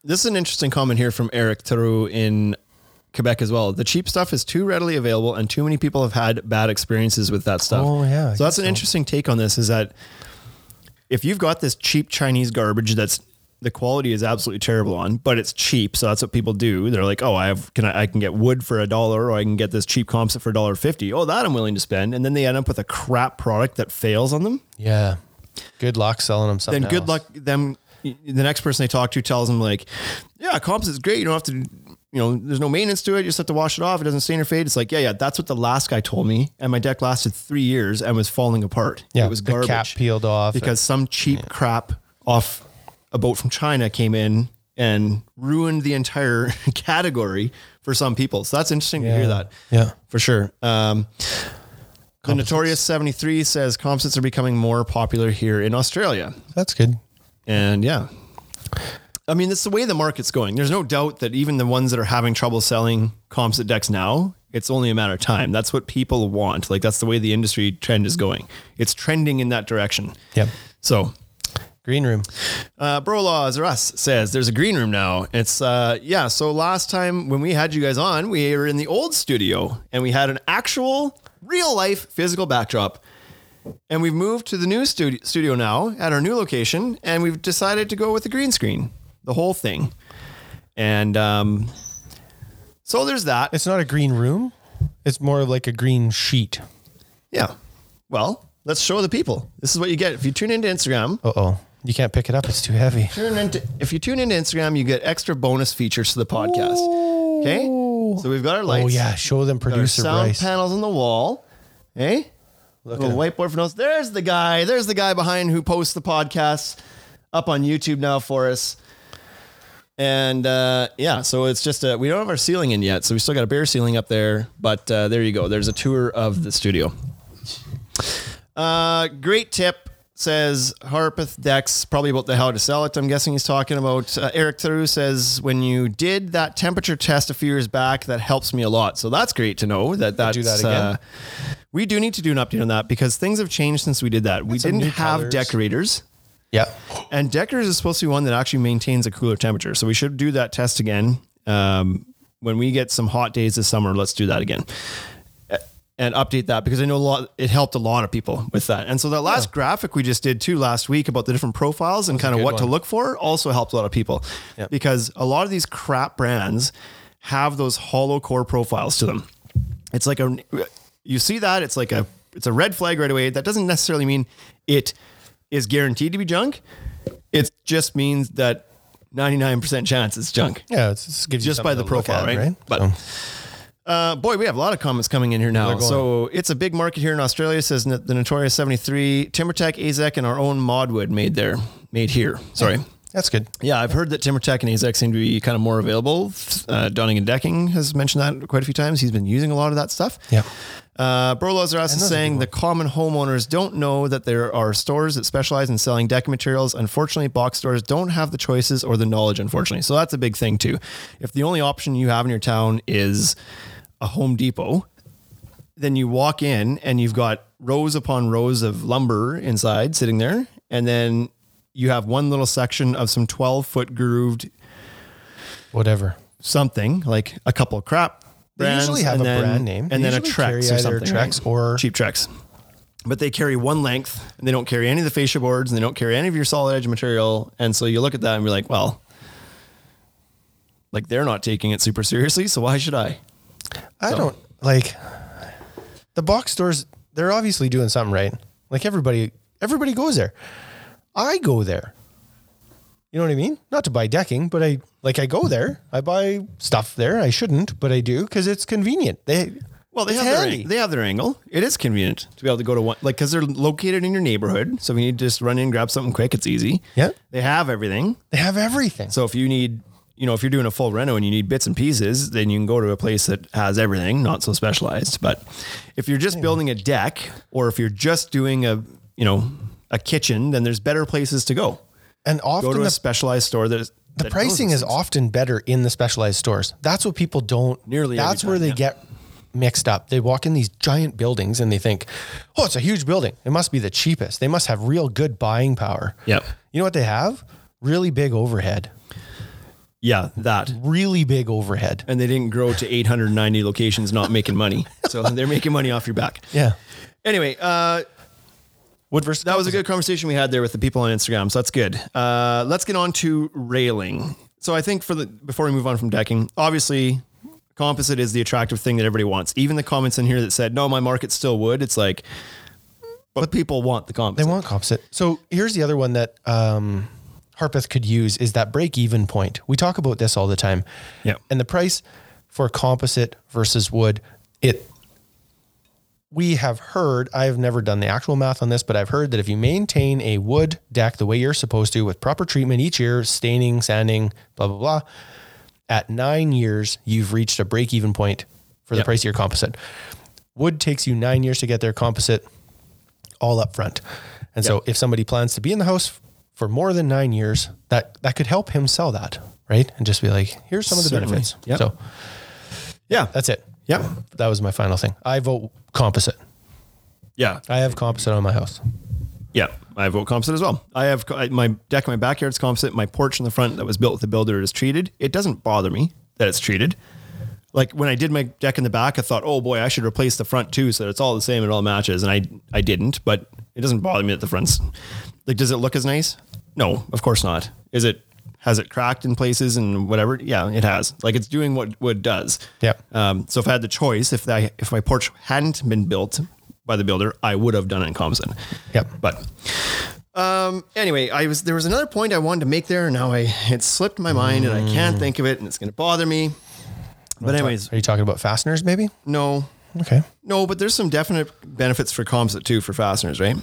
S1: this is an interesting comment here from Eric Theroux in Quebec as well. The cheap stuff is too readily available, and too many people have had bad experiences with that stuff.
S4: Oh, yeah, I
S1: So, that's
S4: guess
S1: an
S4: so.
S1: interesting take on this is that if you've got this cheap Chinese garbage that's the quality is absolutely terrible on, but it's cheap, so that's what people do. They're like, oh, I have can I, I can get wood for a dollar, or I can get this cheap composite for a dollar fifty. Oh, that I'm willing to spend, and then they end up with a crap product that fails on them.
S4: Yeah. Good luck selling them something.
S1: then good
S4: else.
S1: luck them. The next person they talk to tells them like, yeah, composite's great. You don't have to, you know, there's no maintenance to it. You just have to wash it off. It doesn't stain or fade. It's like, yeah, yeah, that's what the last guy told me. And my deck lasted three years and was falling apart.
S4: Yeah,
S1: it was
S4: the
S1: garbage.
S4: cap peeled off.
S1: because some cheap crap off a boat from China came in and ruined the entire category for some people. So that's interesting to hear that
S4: yeah.
S1: for sure. Um, the Notorious 73 says composites are becoming more popular here in Australia.
S4: That's good.
S1: And yeah, I mean, that's the way the market's going. There's no doubt that even the ones that are having trouble selling composite decks now, it's only a matter of time. That's what people want. Like, that's the way the industry trend is going. It's trending in that direction.
S4: Yep.
S1: So,
S4: Green room.
S1: uh, Brolaws or us says there's a green room now. It's, uh, yeah. So, last time when we had you guys on, we were in the old studio and we had an actual real life physical backdrop. And we've moved to the new studio, studio now at our new location, and we've decided to go with the green screen, the whole thing. And um, so there's that.
S4: It's not a green room. It's more of like a green sheet.
S1: yeah. Well, let's show the people. This is what you get if you tune into Instagram.
S4: Uh oh. You can't pick it up. It's too heavy.
S1: Tune into, if you tune into Instagram, you get extra bonus features to the podcast. Okay. So we've got our lights.
S4: Oh yeah. Show them
S1: Our
S4: producer
S1: sound
S4: Bryce.
S1: panels on the wall. Hey,
S4: Look at
S1: little
S4: him.
S1: whiteboard for notes. There's the guy. There's the guy behind who posts the podcasts up on YouTube now for us. And uh, yeah, so it's just uh we don't have our ceiling in yet, so we still got a bare ceiling up there. But uh, there you go. There's a tour of the studio. Uh, great tip says Harpeth Dex, probably about the how to sell it. I'm guessing he's talking about. Uh, Eric Theroux says when you did that temperature test a few years back, that helps me a lot. So that's great to know that that's.
S4: do that again.
S1: uh, we do need to do an update on that because things have changed since we did that. We
S4: some
S1: didn't
S4: new
S1: have
S4: colours.
S1: decorators,
S4: Yeah.
S1: and decorators is supposed to be one that actually maintains a cooler temperature. So we should do that test again. Um, when we get some hot days this summer, let's do that again A- and update that because I know a lot. It helped a lot of people with that. And so that last graphic we just did too last week about the different profiles and kind of
S4: good
S1: what to
S4: one.
S1: look for also helped a lot of people because a lot of these crap brands have those hollow core profiles to them it's like a you see that it's like a it's a red flag right away that doesn't necessarily mean it is guaranteed to be junk it just means that 99% chance it's junk
S4: Yeah. It's, it gives you
S1: Just by
S4: something
S1: the
S4: to look
S1: profile, right? But-
S4: So,
S1: uh, boy we have a lot of comments coming in here now
S4: going.
S1: so it's a big market here in australia says n- the notorious 73 timbertech azek and our own modwood made there made here sorry
S4: that's good.
S1: yeah, I've heard that TimberTech and AZEK seem to be kind of more available. Uh, Donning and Decking has mentioned that quite a few times. He's been using a lot of that stuff.
S4: Yeah.
S1: Uh, Bro Lazarus is
S4: those are
S1: saying the common homeowners don't know that there are stores that specialize in selling deck materials. Unfortunately, box stores don't have the choices or the knowledge, unfortunately. So that's a big thing, too. If the only option you have in your town is a Home Depot, then you walk in and you've got rows upon rows of lumber inside sitting there. And then you have one little section of some 12 foot grooved
S4: Whatever.
S1: something, like a couple crap.
S4: They
S1: brands,
S4: usually have
S1: and
S4: a
S1: then-
S4: brand name.
S1: and
S4: They
S1: then a
S4: usually
S1: Trex
S4: carry
S1: or
S4: either
S1: something,
S4: Trex
S1: right?
S4: or-
S1: cheap Trex. But they carry one length, and they don't carry any of the fascia boards, and they don't carry any of your solid edge material. And so you look at that and be like, well, like they're not taking it super seriously, so why should I?
S4: I
S1: So-
S4: don't like the box stores. They're obviously doing something right. Like everybody, everybody goes there. I go there. You know what I mean? Not to buy decking, but I like I go there. I buy stuff there. I shouldn't, but I do because it's convenient. They
S1: Well, they
S4: it's
S1: have
S4: handy.
S1: their they have their angle. It is convenient to be able to go to one like because they're located in your neighborhood. So if you need to just run in, grab something quick, it's easy.
S4: Yeah.
S1: they have everything.
S4: they have everything.
S1: So if you need, you know, if you're doing a full reno and you need bits and pieces, then you can go to a place that has everything, not so specialized. But if you're just building a deck or if you're just doing a, you know, a kitchen, then there's better places to go.
S4: and
S1: Go
S4: often
S1: to a
S4: the,
S1: specialized store that is that
S4: the
S1: knows
S4: pricing
S1: this
S4: is
S1: stuff.
S4: often better in the specialized stores. That's what people don't
S1: Nearly every
S4: That's where
S1: time,
S4: they
S1: yeah.
S4: get mixed up. They walk in these giant buildings and they think, "Oh, it's a huge building. It must be the cheapest. They must have real good buying power."
S1: Yep.
S4: You know what they have? Really big overhead.
S1: Yeah, that.
S4: Really big overhead.
S1: And they didn't grow to 890 locations not making money. So they're making money off your back.
S4: Yeah.
S1: Anyway, uh,
S4: Wood versus
S1: That was a good conversation we had there with the people on Instagram. So that's good. Uh, let's get on to railing. So I think for the before we move on from decking, obviously composite is the attractive thing that everybody wants. Even the comments in here that said, "No, my market's still wood." It's like, but people want the
S4: They
S1: composite.
S4: want composite. So here's the other one that um, Harpeth could use is that break even point. We talk about this all the time.
S1: Yeah.
S4: And the price for composite versus wood, it we have heard, I've never done the actual math on this, but I've heard that if you maintain a wood deck the way you're supposed to with proper treatment each year, staining, sanding, blah blah blah, at 9 years you've reached a break even point for the
S1: Yep.
S4: price of your composite. Wood takes you 9 years to get their composite all up front. And so if somebody plans to be in the house f- for more than nine years, that that could help him sell that, right? And just be like, here's some of the
S1: Certainly.
S4: benefits.
S1: Yep.
S4: So
S1: yeah,
S4: that's it.
S1: yeah,
S4: That was my final thing. I vote composite.
S1: yeah,
S4: I have composite on my house.
S1: yeah. I vote composite as well. I have co- I- my deck in my backyard's composite. My porch in the front that was built with the builder is treated. It doesn't bother me that it's treated. Like when I did my deck in the back, I thought, oh boy, I should replace the front too, so that it's all the same and it all matches. And I I didn't, but it doesn't bother me that the front's like. Does it look as nice? No, of course not. Is it? Has it cracked in places and whatever? Yeah, it has. Like it's doing what wood does.
S4: Yep.
S1: Um, so if I had the choice, if I if my porch hadn't been built by the builder, I would have done it in Comson.
S4: Yep.
S1: But um, anyway, I was there was another point I wanted to make there, and now I it slipped my mind, and I can't think of it, and it's going to bother me. But anyways,
S4: Are you talking about fasteners maybe?
S1: no,
S4: Okay.
S1: no, but there's some definite benefits for composite too for fasteners, right?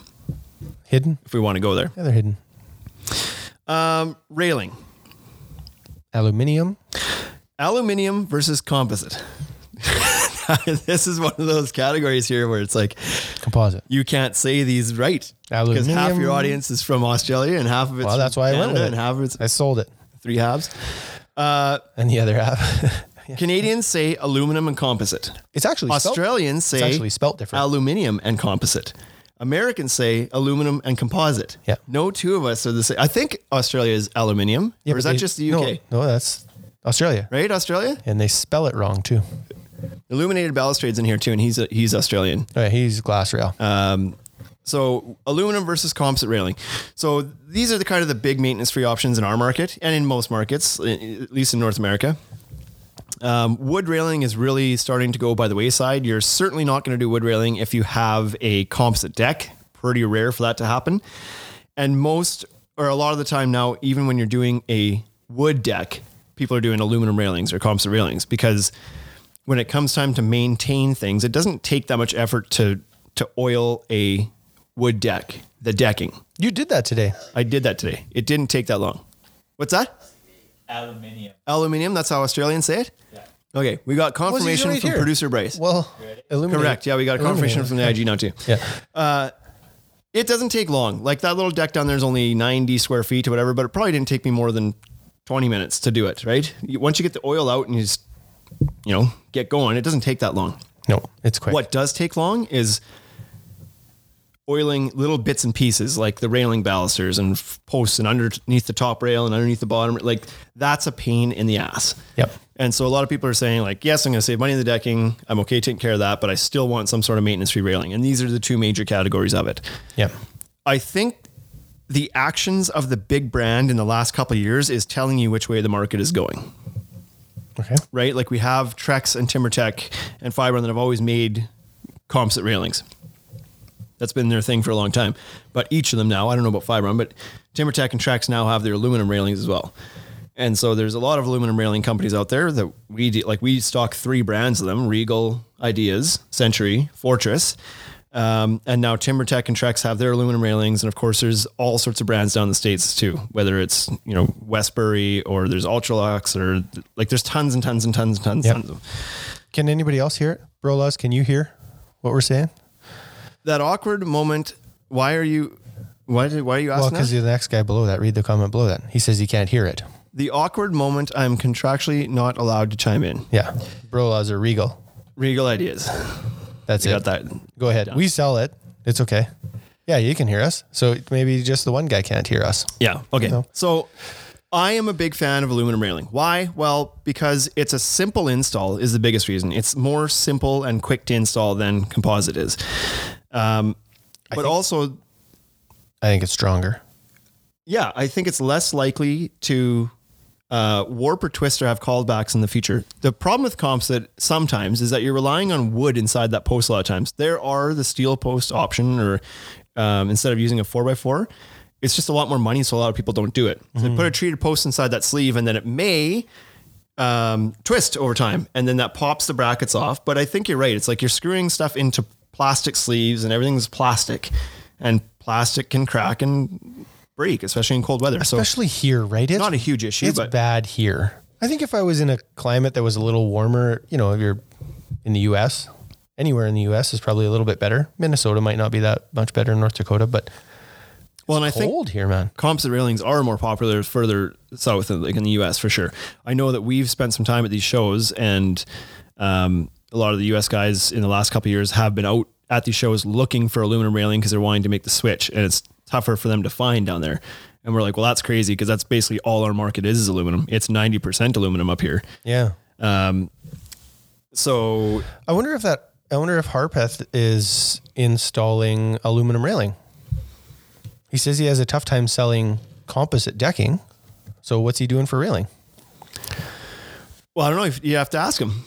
S4: Hidden?
S1: If we want to go there,
S4: Yeah, they're hidden.
S1: railing,
S4: Aluminium.
S1: aluminium versus composite. this is one of those categories here where it's like
S4: Composite.
S1: you can't say these right because half your
S4: Aluminium.
S1: audience is from Australia and half of it's
S4: Well, that's why I went
S1: Canada
S4: with it.
S1: and half of it's
S4: I sold it.
S1: three halves.
S4: And the other half.
S1: Canadians say aluminum and composite.
S4: it's actually spelled,
S1: Australians say
S4: actually spelt different.
S1: Aluminium and composite. Americans say aluminum and composite.
S4: Yeah.
S1: No two of us are the same. I think Australia is aluminium,
S4: Yeah,
S1: or
S4: but
S1: is that
S4: they-
S1: just the UK?
S4: no, No, that's Australia.
S1: Right, Australia.
S4: And they spell it wrong too.
S1: Illuminated Balustrades in here too, and he's he's Australian.
S4: All right, Oh, he's glass rail.
S1: So aluminum versus composite railing. So these are the kind of the big maintenance free options in our market and in most markets, i- i- at least in North America. Um, wood railing is really starting to go by the wayside. You're certainly not going to do wood railing if you have a composite deck. Pretty rare for that to happen. And most or a lot of the time now, even when you're doing a wood deck, people are doing aluminum railings or composite railings because when it comes time to maintain things, it doesn't take that much effort to to oil a wood deck, the decking.
S4: you did that today.
S1: I did that today. It didn't take that long. What's that?
S5: Aluminium.
S1: Aluminium. That's how Australians say it. Yeah. Okay, we got confirmation
S4: right
S1: from
S4: here?
S1: producer Bryce.
S4: Well, illuminate.
S1: Correct. Yeah, we got a confirmation from the IG now too.
S4: Yeah.
S1: It doesn't take long. Like that little deck down there is only 90 square feet or whatever, but it probably didn't take me more than 20 minutes to do it, right? You- Once you get the oil out and you just, you know, get going, it doesn't take that long.
S4: No, it's quick.
S1: What does take long is oiling little bits and pieces like the railing balusters and f- posts and underneath the top rail and underneath the bottom. Like that's a pain in the ass.
S4: Yep.
S1: And so a lot of people are saying like, yes, I'm going to save money in the decking. I'm okay taking care of that, but I still want some sort of maintenance free railing. And these are the two major categories of it.
S4: Yep.
S1: I think the actions of the big brand in the last couple of years is telling you which way the market is going
S4: Okay.
S1: right? Like we have Trex and TimberTech and Fibron that have always made composite railings. That's been their thing for a long time. But each of them now, I don't know about Fibron, but TimberTech and Trex now have their aluminum railings as well. And so there's a lot of aluminum railing companies out there that we de- like. We stock three brands of them: Regal, Ideas, Century, Fortress. Um, and now TimberTech and Trex have their aluminum railings, and of course, there's all sorts of brands down in the states too. Whether it's you know Westbury or there's Ultralux or like there's tons and tons and tons and tons.
S4: Yep.
S1: And tons of
S4: Can anybody else hear it? Brolas, can you hear what we're saying?
S1: That awkward moment. Why are you? Why did? Why are you
S4: Well,
S1: asking?
S4: because
S1: that?
S4: the next guy below that, read the comment below that. He says he can't hear it.
S1: the awkward moment. I'm contractually not allowed to chime in.
S4: Yeah. Brolas are regal.
S1: Regal Ideas.
S4: That's
S1: You
S4: it.
S1: got that?
S4: Go ahead. We sell it. It's okay. Yeah, you can hear us. So maybe just the one guy can't hear us.
S1: Yeah. Okay.
S4: No.
S1: So I am a big fan of aluminum railing. Why? Well, because it's a simple install is the biggest reason. It's more simple and quick to install than composite is. Um, but also
S4: I think it's stronger.
S1: Yeah, I think it's less likely to uh, warp or twist or have callbacks in the future. The problem with comps that sometimes is that you're relying on wood inside that post a lot of times. There are the steel post option, or um, instead of using a four by four, it's just a lot more money, so a lot of people don't do it. So They put a treated post inside that sleeve, and then it may um, twist over time, and then that pops the brackets off. But I think you're right. It's like you're screwing stuff into plastic sleeves, and everything's plastic, and plastic can crack and break, especially in cold weather. So
S4: Especially here, right? It's
S1: not a huge issue,
S4: It's
S1: but-
S4: bad here. I think if I was in a climate that was a little warmer, you know, if you're in the US, anywhere in the US is probably a little bit better. Minnesota might not be that much better in North Dakota, but
S1: well, and I think
S4: cold here, man.
S1: composite railings are more popular further south, like in the U.S. for sure. I know that we've spent some time at these shows, and um, a lot of the U.S. guys in the last couple of years have been out at these shows looking for aluminum railing because they're wanting to make the switch, and it's tougher for them to find down there. And we're like, well, that's crazy because that's basically all our market is is aluminum. It's ninety percent aluminum up here.
S4: Yeah.
S1: So
S4: I wonder if that I wonder if Harpeth is installing aluminum railing. He says he has a tough time selling composite decking. So what's he doing for railing?
S1: Well, I don't know if you have to ask him.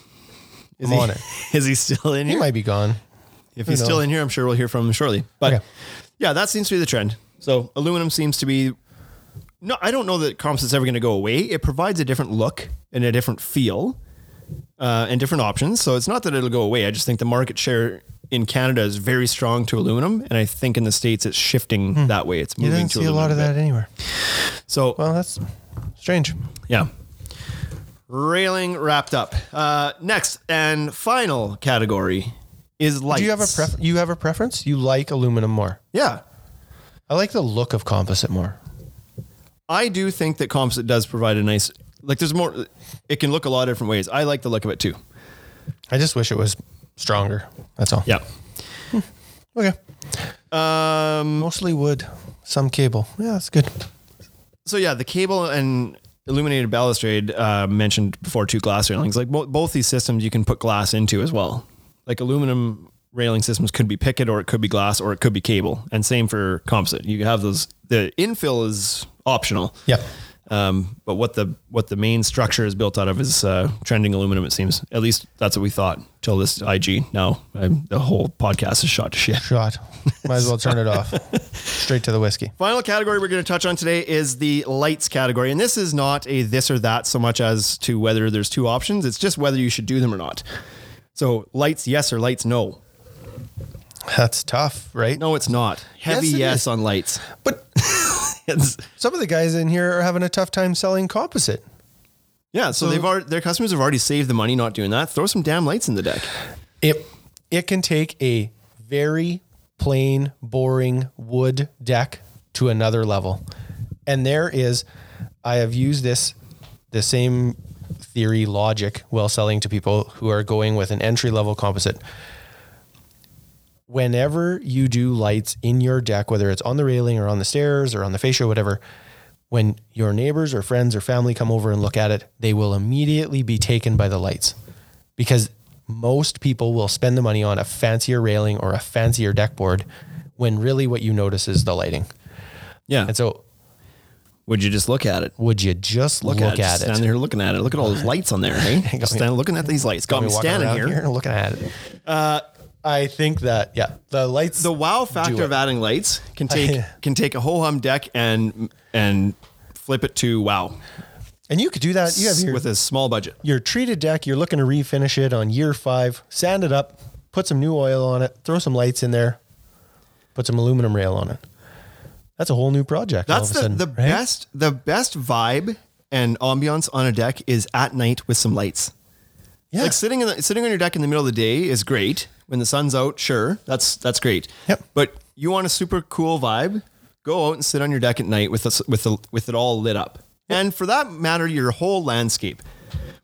S1: Is
S4: I'm
S1: he
S4: on it.
S1: Is he still in
S4: He
S1: here?
S4: might be gone.
S1: if he's
S4: knows?
S1: still in here, I'm sure we'll hear from him shortly. But
S4: Okay.
S1: yeah, that seems to be the trend. So aluminum seems to be. No, I don't know that composite's ever going to go away. It provides a different look and a different feel, uh, and different options. So it's not that it'll go away. I just think the market share in Canada is very strong to aluminum, and I think in the states it's shifting that way. It's
S4: Hmm. You
S1: moving
S4: didn't
S1: to
S4: see a lot of
S1: aluminum
S4: that anywhere.
S1: bit. So
S4: Well, that's strange.
S1: yeah. Railing wrapped up. Uh, next and final category is lights.
S4: Do you have a pref- you have a preference? You like aluminum more?
S1: Yeah.
S4: I like the look of composite more.
S1: I do think that composite does provide a nice, like there's more, it can look a lot of different ways. I like the look of it too.
S4: I just wish it was stronger. That's all.
S1: Yeah.
S4: Okay.
S1: Um,
S4: Mostly wood, some cable. Yeah, that's good.
S1: so yeah, the cable and illuminated balustrade, uh, mentioned before two glass railings, like bo- both these systems you can put glass into as well. Like aluminum railing systems could be picket or it could be glass or it could be cable. And same for composite. You have those, the infill is optional.
S4: Yeah.
S1: Um, but what the what the main structure is built out of is uh, trending aluminum. It seems at least that's what we thought till this IG. Now I'm, the whole podcast is shot to shit.
S4: Shot. Might as well turn it off. Straight to the whiskey.
S1: Final category we're going to touch on today is the lights category, and this is not a this or that so much as to whether there's two options. It's just whether you should do them or not. So lights, yes or lights, no.
S4: That's tough, right?
S1: No, it's not. Heavy
S4: Yes,
S1: yes,
S4: it is.
S1: on lights.
S4: But
S1: It's-
S4: some of the guys in here are having a tough time selling composite.
S1: yeah, so, they've already, their customers have already saved the money not doing that. Throw some damn lights in the deck.
S4: It it can take a very plain, boring wood deck to another level. And there is I have used this the same theory logic while selling to people who are going with an entry level composite. Whenever you do lights in your deck, whether it's on the railing or on the stairs or on the fascia, whatever, when your neighbors or friends or family come over and look at it, they will immediately be taken by the lights because most people will spend the money on a fancier railing or a fancier deck board when really what you notice is the lighting.
S1: Yeah.
S4: And so,
S1: Would you just look at it?
S4: would you just look,
S1: look,
S4: at,
S1: Stand
S4: it?
S1: there looking at it. Look at all those lights on there. Hey,
S4: Got me-
S1: stand looking at these lights. Got me
S4: Walking
S1: standing
S4: around
S1: here.
S4: and looking at it. Uh, I think that yeah, the lights.
S1: The wow
S4: Do
S1: factor
S4: it.
S1: of adding lights can take can take a whole hum deck and and flip it to wow
S4: and you could do that. You have your
S1: with a small budget.
S4: your treated deck. You're looking to refinish it on year five. Sand it up. Put some new oil on it. Throw some lights in there. Put some aluminum rail on it. That's a whole new project. all
S1: That's
S4: of a
S1: the,
S4: sudden,
S1: the
S4: right?
S1: best the best vibe and ambiance on a deck is at night with some lights.
S4: Yeah.
S1: Like sitting in the, sitting on your deck in the middle of the day is great. When the sun's out, sure, that's that's great.
S4: Yep.
S1: But you want a super cool vibe? Go out and sit on your deck at night with us with the, with it all lit up, and for that matter, your whole landscape.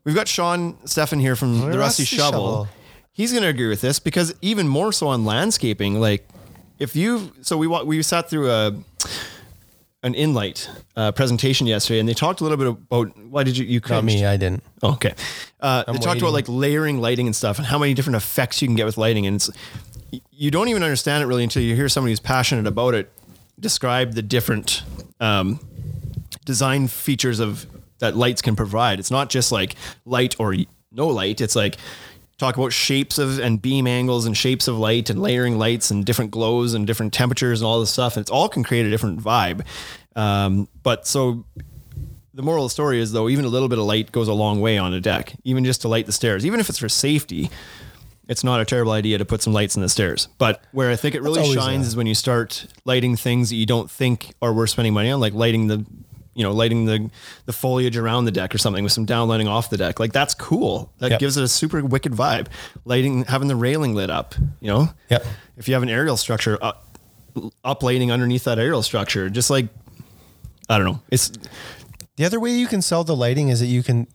S1: We've got Sean Stefan here from the Rusty,
S4: Rusty
S1: Shovel.
S4: Shovel.
S1: He's going to agree with this because even more so on landscaping, like if you so we wa- we sat through a an inlight uh, presentation yesterday, and they talked a little bit about why did you you
S4: Not me. I didn't.
S1: Oh, okay. Uh, they talked
S4: waiting.
S1: about like layering lighting and stuff and how many different effects you can get with lighting. And it's, you don't even understand it really until you hear somebody who's passionate about it describe the different um, design features of that lights can provide. It's not just like light or no light. It's like talk about shapes of and beam angles and shapes of light and layering lights and different glows and different temperatures and all this stuff. And it's all can create a different vibe. Um, but so the moral of the story is though, even a little bit of light goes a long way on a deck, even just to light the stairs, even if it's for safety, it's not a terrible idea to put some lights in the stairs. But where I think it really
S4: always
S1: shines is when you start lighting things that you don't think are worth spending money on, like lighting the, you know, lighting the the foliage around the deck or something with some downlighting off the deck. Like that's cool. That
S4: Yep.
S1: gives it a super wicked vibe. Lighting, having the railing lit up. You know,
S4: Yep.
S1: if you have an aerial structure, uh, up lighting underneath that aerial structure, just like. I don't know. It's
S4: The other way you can sell the lighting is that you can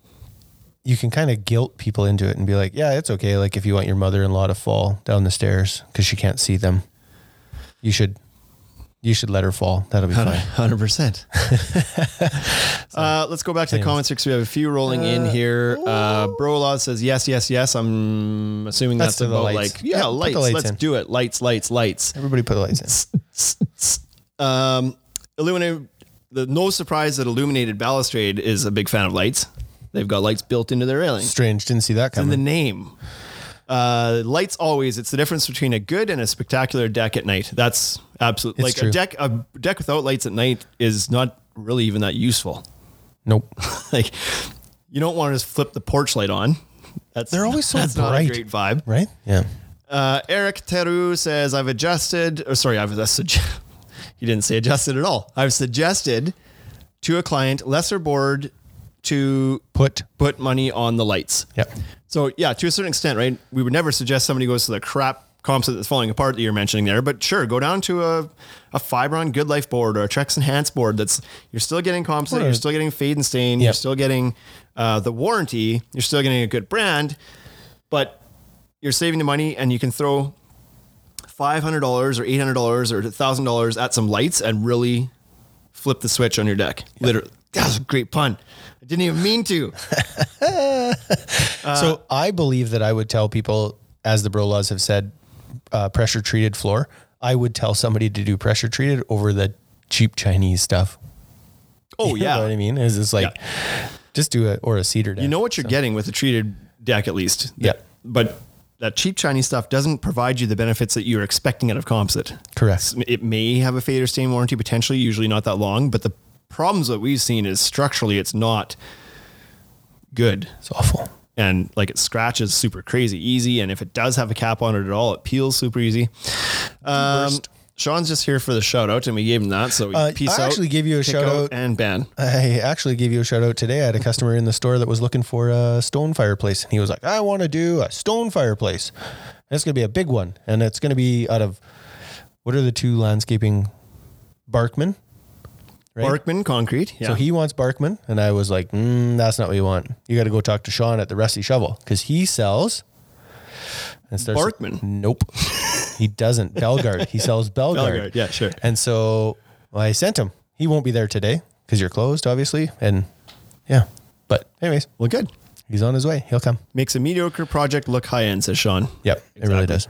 S4: you can kind of guilt people into it and be like, yeah, it's okay. Like if you want your mother-in-law to fall down the stairs because she can't see them, you should you should let her fall. That'll be fine.
S1: Hundred percent. Uh, let's go back to the comments here because we have a few rolling in here. Uh, Brolaw says yes, yes, yes. I'm assuming
S4: That's
S1: that's,
S4: to the
S1: about
S4: lights.
S1: like
S4: Yeah,
S1: yeah,
S4: put the
S1: lights.
S4: lights
S1: Let's
S4: in.
S1: do it. Lights, lights, lights.
S4: Everybody put the lights in.
S1: Um, illuminated. The no surprise that illuminated balustrade is a big fan of lights. They've got lights built into their railing.
S4: Strange. Didn't see that
S1: In
S4: coming.
S1: the name. Uh, lights always. It's the difference between a good and a spectacular deck at night. That's absolutely like
S4: true.
S1: a deck. A deck without lights at night is not really even that useful.
S4: nope.
S1: like you don't want to just flip the porch light on. That's
S4: They're always so
S1: that's
S4: bright.
S1: Not a great vibe.
S4: Right? Yeah.
S1: Uh, Eric Teru says I've adjusted. Or sorry, I've that's sug- you didn't say adjusted at all. I've suggested to a client lesser board to
S4: Put.
S1: put money on the lights.
S4: Yep.
S1: So yeah, to a certain extent, right? We would never suggest somebody goes to the crap composite that's falling apart that you're mentioning there, but sure, go down to a, a Fibron Good Life board or a Trex Enhance board. That's you're still getting composite,
S4: Or a-
S1: you're still getting fade and stain, you're
S4: Yep.
S1: still getting uh, the warranty, you're still getting a good brand, but you're saving the money and you can throw five hundred dollars or eight hundred dollars or thousand dollars at some lights and really flip the switch on your deck. Literally, that was a great pun. I didn't even mean to. Uh,
S4: so I believe that I would tell people, as the Brolas have said, uh, pressure treated floor. I would tell somebody to do pressure treated over the cheap Chinese stuff.
S1: Oh
S4: You
S1: yeah,
S4: know what I mean? Is it's like just do it or a cedar deck.
S1: You know what you're getting with a treated deck, at least.
S4: Yeah.
S1: But that cheap Chinese stuff doesn't provide you the benefits that you're expecting out of composite.
S4: Correct.
S1: It may have a fade or stain warranty potentially, usually not that long, but the problems that we've seen is structurally it's not good.
S4: It's awful.
S1: And like it scratches super crazy easy. And if it does have a cap on it at all, it peels super easy. Um, Sean's just here for the shout out and we gave him that. So we
S4: Uh,
S1: peace
S4: I
S1: out.
S4: actually gave you a
S1: kick
S4: shout out.
S1: and ban.
S4: I actually gave you a shout out today. I had a customer in the store that was looking for a stone fireplace, and he was like, "I want to do a stone fireplace. And it's going to be a big one, and it's going to be out of what are the two landscaping, Barkman, right?
S1: Barkman concrete. Yeah.
S4: So he wants Barkman, and I was like, mm, "That's not what you want. You got to go talk to Sean at the Rusty Shovel because he sells." And starts
S1: Barkman?
S4: Nope, he doesn't. Belgard. He sells Belgard.
S1: Belgard, yeah, sure.
S4: And so well, I sent him. He won't be there today because you're closed, obviously. And yeah, but anyways,
S1: well, good.
S4: he's on his way. He'll come.
S1: Makes a mediocre project look high end, says Sean.
S4: Yep, it really does.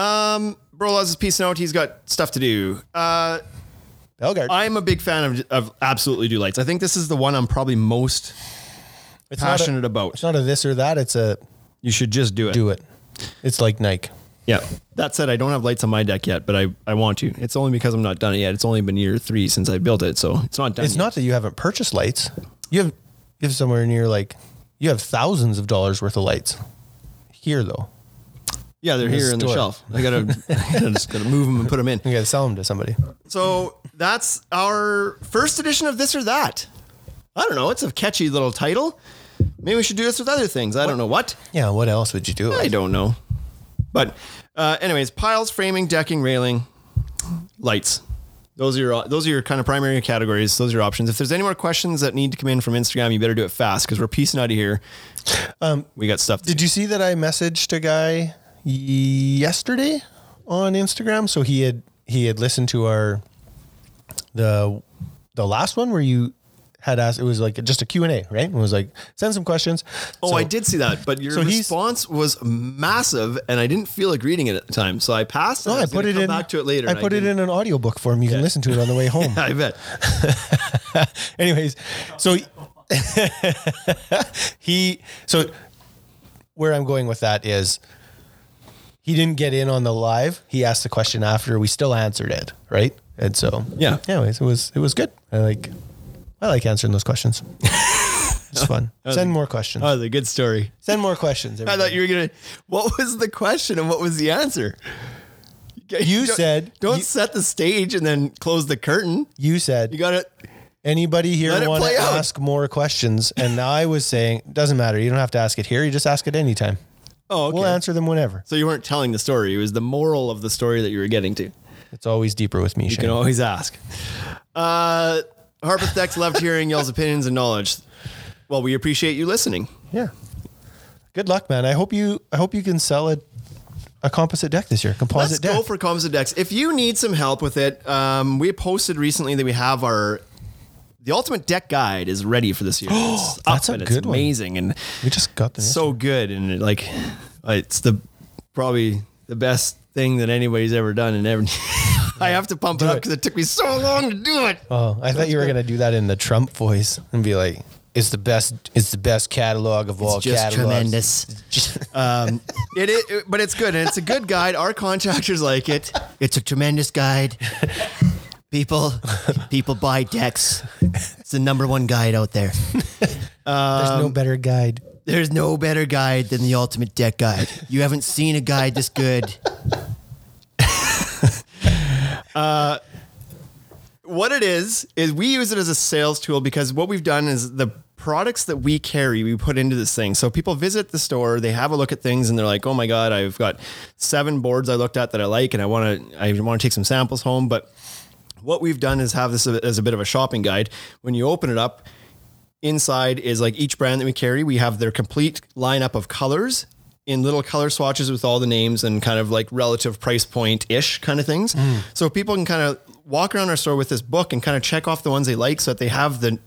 S1: Brolaz is peacing out. He's got stuff to do. Uh,
S4: Belgard.
S1: I'm a big fan of, of absolutely do lights. I think this is the one I'm probably most
S4: it's not a-
S1: passionate
S4: It's
S1: about.
S4: not a this or that. It's a
S1: You should just do it.
S4: do it. It's like Nike.
S1: Yeah. That said, I don't have lights on my deck yet, but I, I want to. It's only because I'm not done it yet. It's only been year three since I built it, so it's not done.
S4: It's
S1: yet.
S4: not that you haven't purchased lights. You have you have somewhere near like you have thousands of dollars worth of lights here though.
S1: Yeah, they're here in the
S4: store.
S1: shelf. I gotta, I just gotta move them and put them in.
S4: You got to sell them to somebody.
S1: So that's our first edition of this or that. I don't know. It's a catchy little title. Maybe we should do this with other things. I don't know what.
S4: Yeah. What else would you do?
S1: I don't know. But uh, anyways, piles, framing, decking, railing, lights. Those are your those are your kind of primary categories. Those are your options. If there's any more questions that need to come in from Instagram, you better do it fast because we're piecing out of here. Um, we got stuff. To
S4: Did you see that I messaged a guy yesterday on Instagram? So he had he had listened to our the the last one where you had asked. It was like just a Q and A, right? It was like send some questions.
S1: Oh,
S4: So-
S1: I did see that, but your
S4: so he's-
S1: response was massive, and I didn't feel like reading it at the time, so I passed. and
S4: No, I,
S1: was
S4: put
S1: gonna
S4: it
S1: come
S4: in.
S1: back to it later.
S4: I
S1: and
S4: put it
S1: didn't.
S4: in an audiobook form. You can listen to it on the way home.
S1: I bet.
S4: Anyways, so he so where I'm going with that is he didn't get in on the live. He asked the question after we still answered it, right? And so
S1: Yeah.
S4: Anyways, it was it was good. I like I like answering those questions. it's fun. Send more questions.
S1: Oh, the good story.
S4: Send more questions.
S1: I thought
S4: everybody.
S1: you were gonna. What was the question and what was the answer?
S4: You
S1: don't-
S4: said-
S1: don't
S4: you-
S1: set the stage and then close the curtain.
S4: you said
S1: You got it.
S4: anybody
S1: Let
S4: here
S1: it
S4: want
S1: play
S4: to
S1: out.
S4: ask more questions, and I was saying doesn't matter. You don't have to ask it here. You just ask it anytime.
S1: Oh, okay.
S4: We'll answer them whenever.
S1: So you weren't telling the story. It was the moral of the story that you were getting to.
S4: It's always deeper with me.
S1: You
S4: Shane.
S1: can always ask. Uh, Harpeth Deck's left hearing, y'all's opinions and knowledge. Well, we appreciate you listening.
S4: Yeah. Good luck, man. I hope you I hope you can sell a a composite deck this year.
S1: Let's
S4: Composite deck.
S1: go for composite decks. If you need some help with it, um, we posted recently that we have our the ultimate deck guide is ready for this year. It's up
S4: That's a
S1: and
S4: good
S1: it's
S4: one.
S1: amazing and
S4: we just got the
S1: so good and it, like uh, it's the probably the best thing that anybody's ever done and ever. I have to pump it up because it took me so long to do it.
S4: Oh, I thought you were gonna do that in the Trump voice and be like, "It's the best. It's the best catalog of all catalogs."
S1: um, it, is- it- but it's good and it's a good guide. Our contractors like it. It's a tremendous guide. People, people buy decks. It's the number one guide out there.
S4: There's
S1: Um,
S4: no better guide.
S1: There's no better guide than the ultimate deck guide. You haven't seen a guide this good. uh, Uh, what it is is we use it as a sales tool because what we've done is the products that we carry we put into this thing. So people visit the store, they have a look at things, and they're like, "Oh my god, I've got seven boards I looked at that I like, and I want to I want to take some samples home." But what we've done is have this as a bit of a shopping guide. When you open it up, inside is like each brand that we carry, we have their complete lineup of colors in little color swatches with all the names and kind of like relative price point ish kind of things. So people can kind of walk around our store with this book and kind of check off the ones they like so that they have the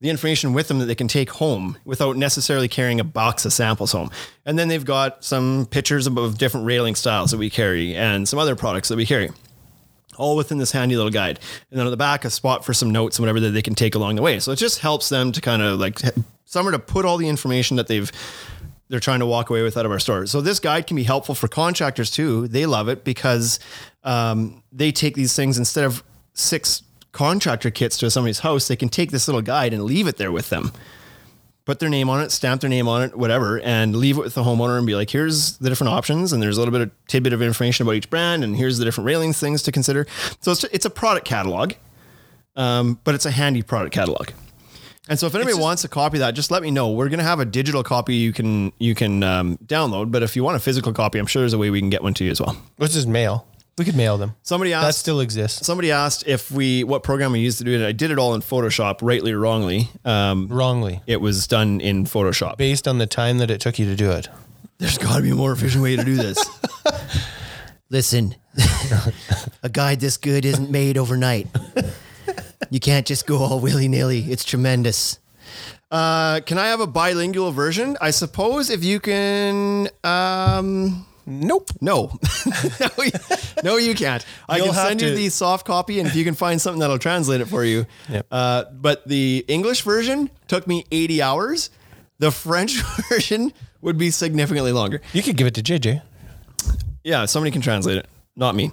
S1: the information with them that they can take home without necessarily carrying a box of samples home. And then they've got some pictures of- of different railing styles that we carry and some other products that we carry all within this handy little guide. And then on the back, a spot for some notes and whatever that they can take along the way. So it just helps them to kind of like somewhere to put all the information that they've they're trying to walk away with out of our store. So this guide can be helpful for contractors too. They love it because um, they take these things instead of six contractor kits to somebody's house, they can take this little guide and leave it there with them put their name on it, stamp their name on it, whatever, and leave it with the homeowner and be like, here's the different options. And there's a little bit of tidbit of information about each brand. And here's the different railings things to consider. So it's, it's a product catalog, um, but it's a handy product catalog. And so if anybody wants a copy of that, just let me know. We're going to have a digital copy you can, you can um, download, but if you want a physical copy, I'm sure there's a way we can get one to you as well.
S4: Let's just mail. We could mail them.
S1: Somebody
S4: that
S1: asked,
S4: still exists.
S1: somebody asked if we, what program we used to do it. I did it all in Photoshop, rightly or wrongly. Um,
S4: Wrongly,
S1: it was done in Photoshop.
S4: based on the time that it took you to do it.
S1: There's got to be a more efficient way to do this.
S5: Listen, a guide this good isn't made overnight. You can't just go all willy nilly. It's tremendous.
S1: Uh, can I have a bilingual version? I suppose if you can. Um,
S4: Nope.
S1: no, no, you- no, you can't. I
S4: You'll
S1: can
S4: have
S1: send you
S4: to-
S1: the soft copy, and if you can find something that'll translate it for you.
S4: Yep.
S1: Uh, but the English version took me 80 hours. The French version would be significantly longer.
S4: You could give it to JJ.
S1: Yeah, somebody can translate it, not me.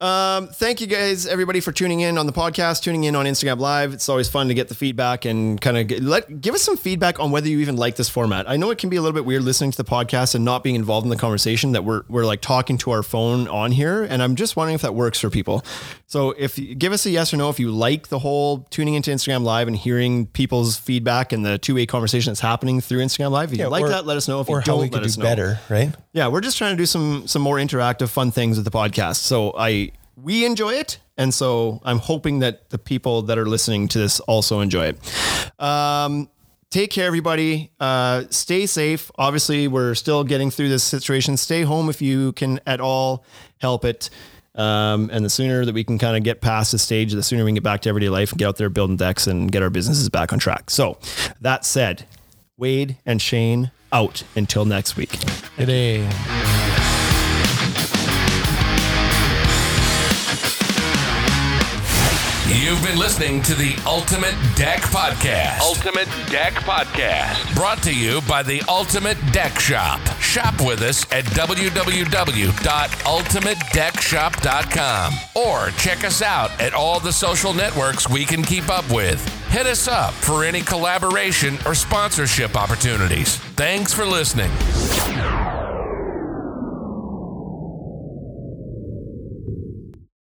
S1: Um, thank you guys, everybody, for tuning in on the podcast, tuning in on Instagram Live. It's always fun to get the feedback and kind of get, let give us some feedback on whether you even like this format. I know it can be a little bit weird listening to the podcast and not being involved in the conversation that we're we're like talking to our phone on here, and I'm just wondering if that works for people. So if you, give us a yes or no if you like the whole tuning into Instagram Live and hearing people's feedback and the two way conversation that's happening through Instagram Live. If you like
S4: or-
S1: that, let us know. If
S4: or
S1: you don't,
S4: how we
S1: let
S4: could
S1: us
S4: do
S1: know.
S4: better, right?
S1: Yeah, we're just trying to do some some more interactive, fun things with the podcast. So I we enjoy it, and so I'm hoping that the people that are listening to this also enjoy it. Um, take care, everybody. Uh, stay safe. Obviously, we're still getting through this situation. Stay home if you can at all help it. Um, and the sooner that we can kind of get past this stage, the sooner we can get back to everyday life and get out there building decks and get our businesses back on track. So that said, Wade and Shane out until next week.
S4: Today.
S2: You've been listening to the Ultimate Deck Podcast.
S3: Ultimate Deck Podcast.
S2: Brought to you by the Ultimate Deck Shop. Shop with us at www.ultimatedeckshop.com or check us out at all the social networks we can keep up with. Hit us up for any collaboration or sponsorship opportunities. Thanks for listening.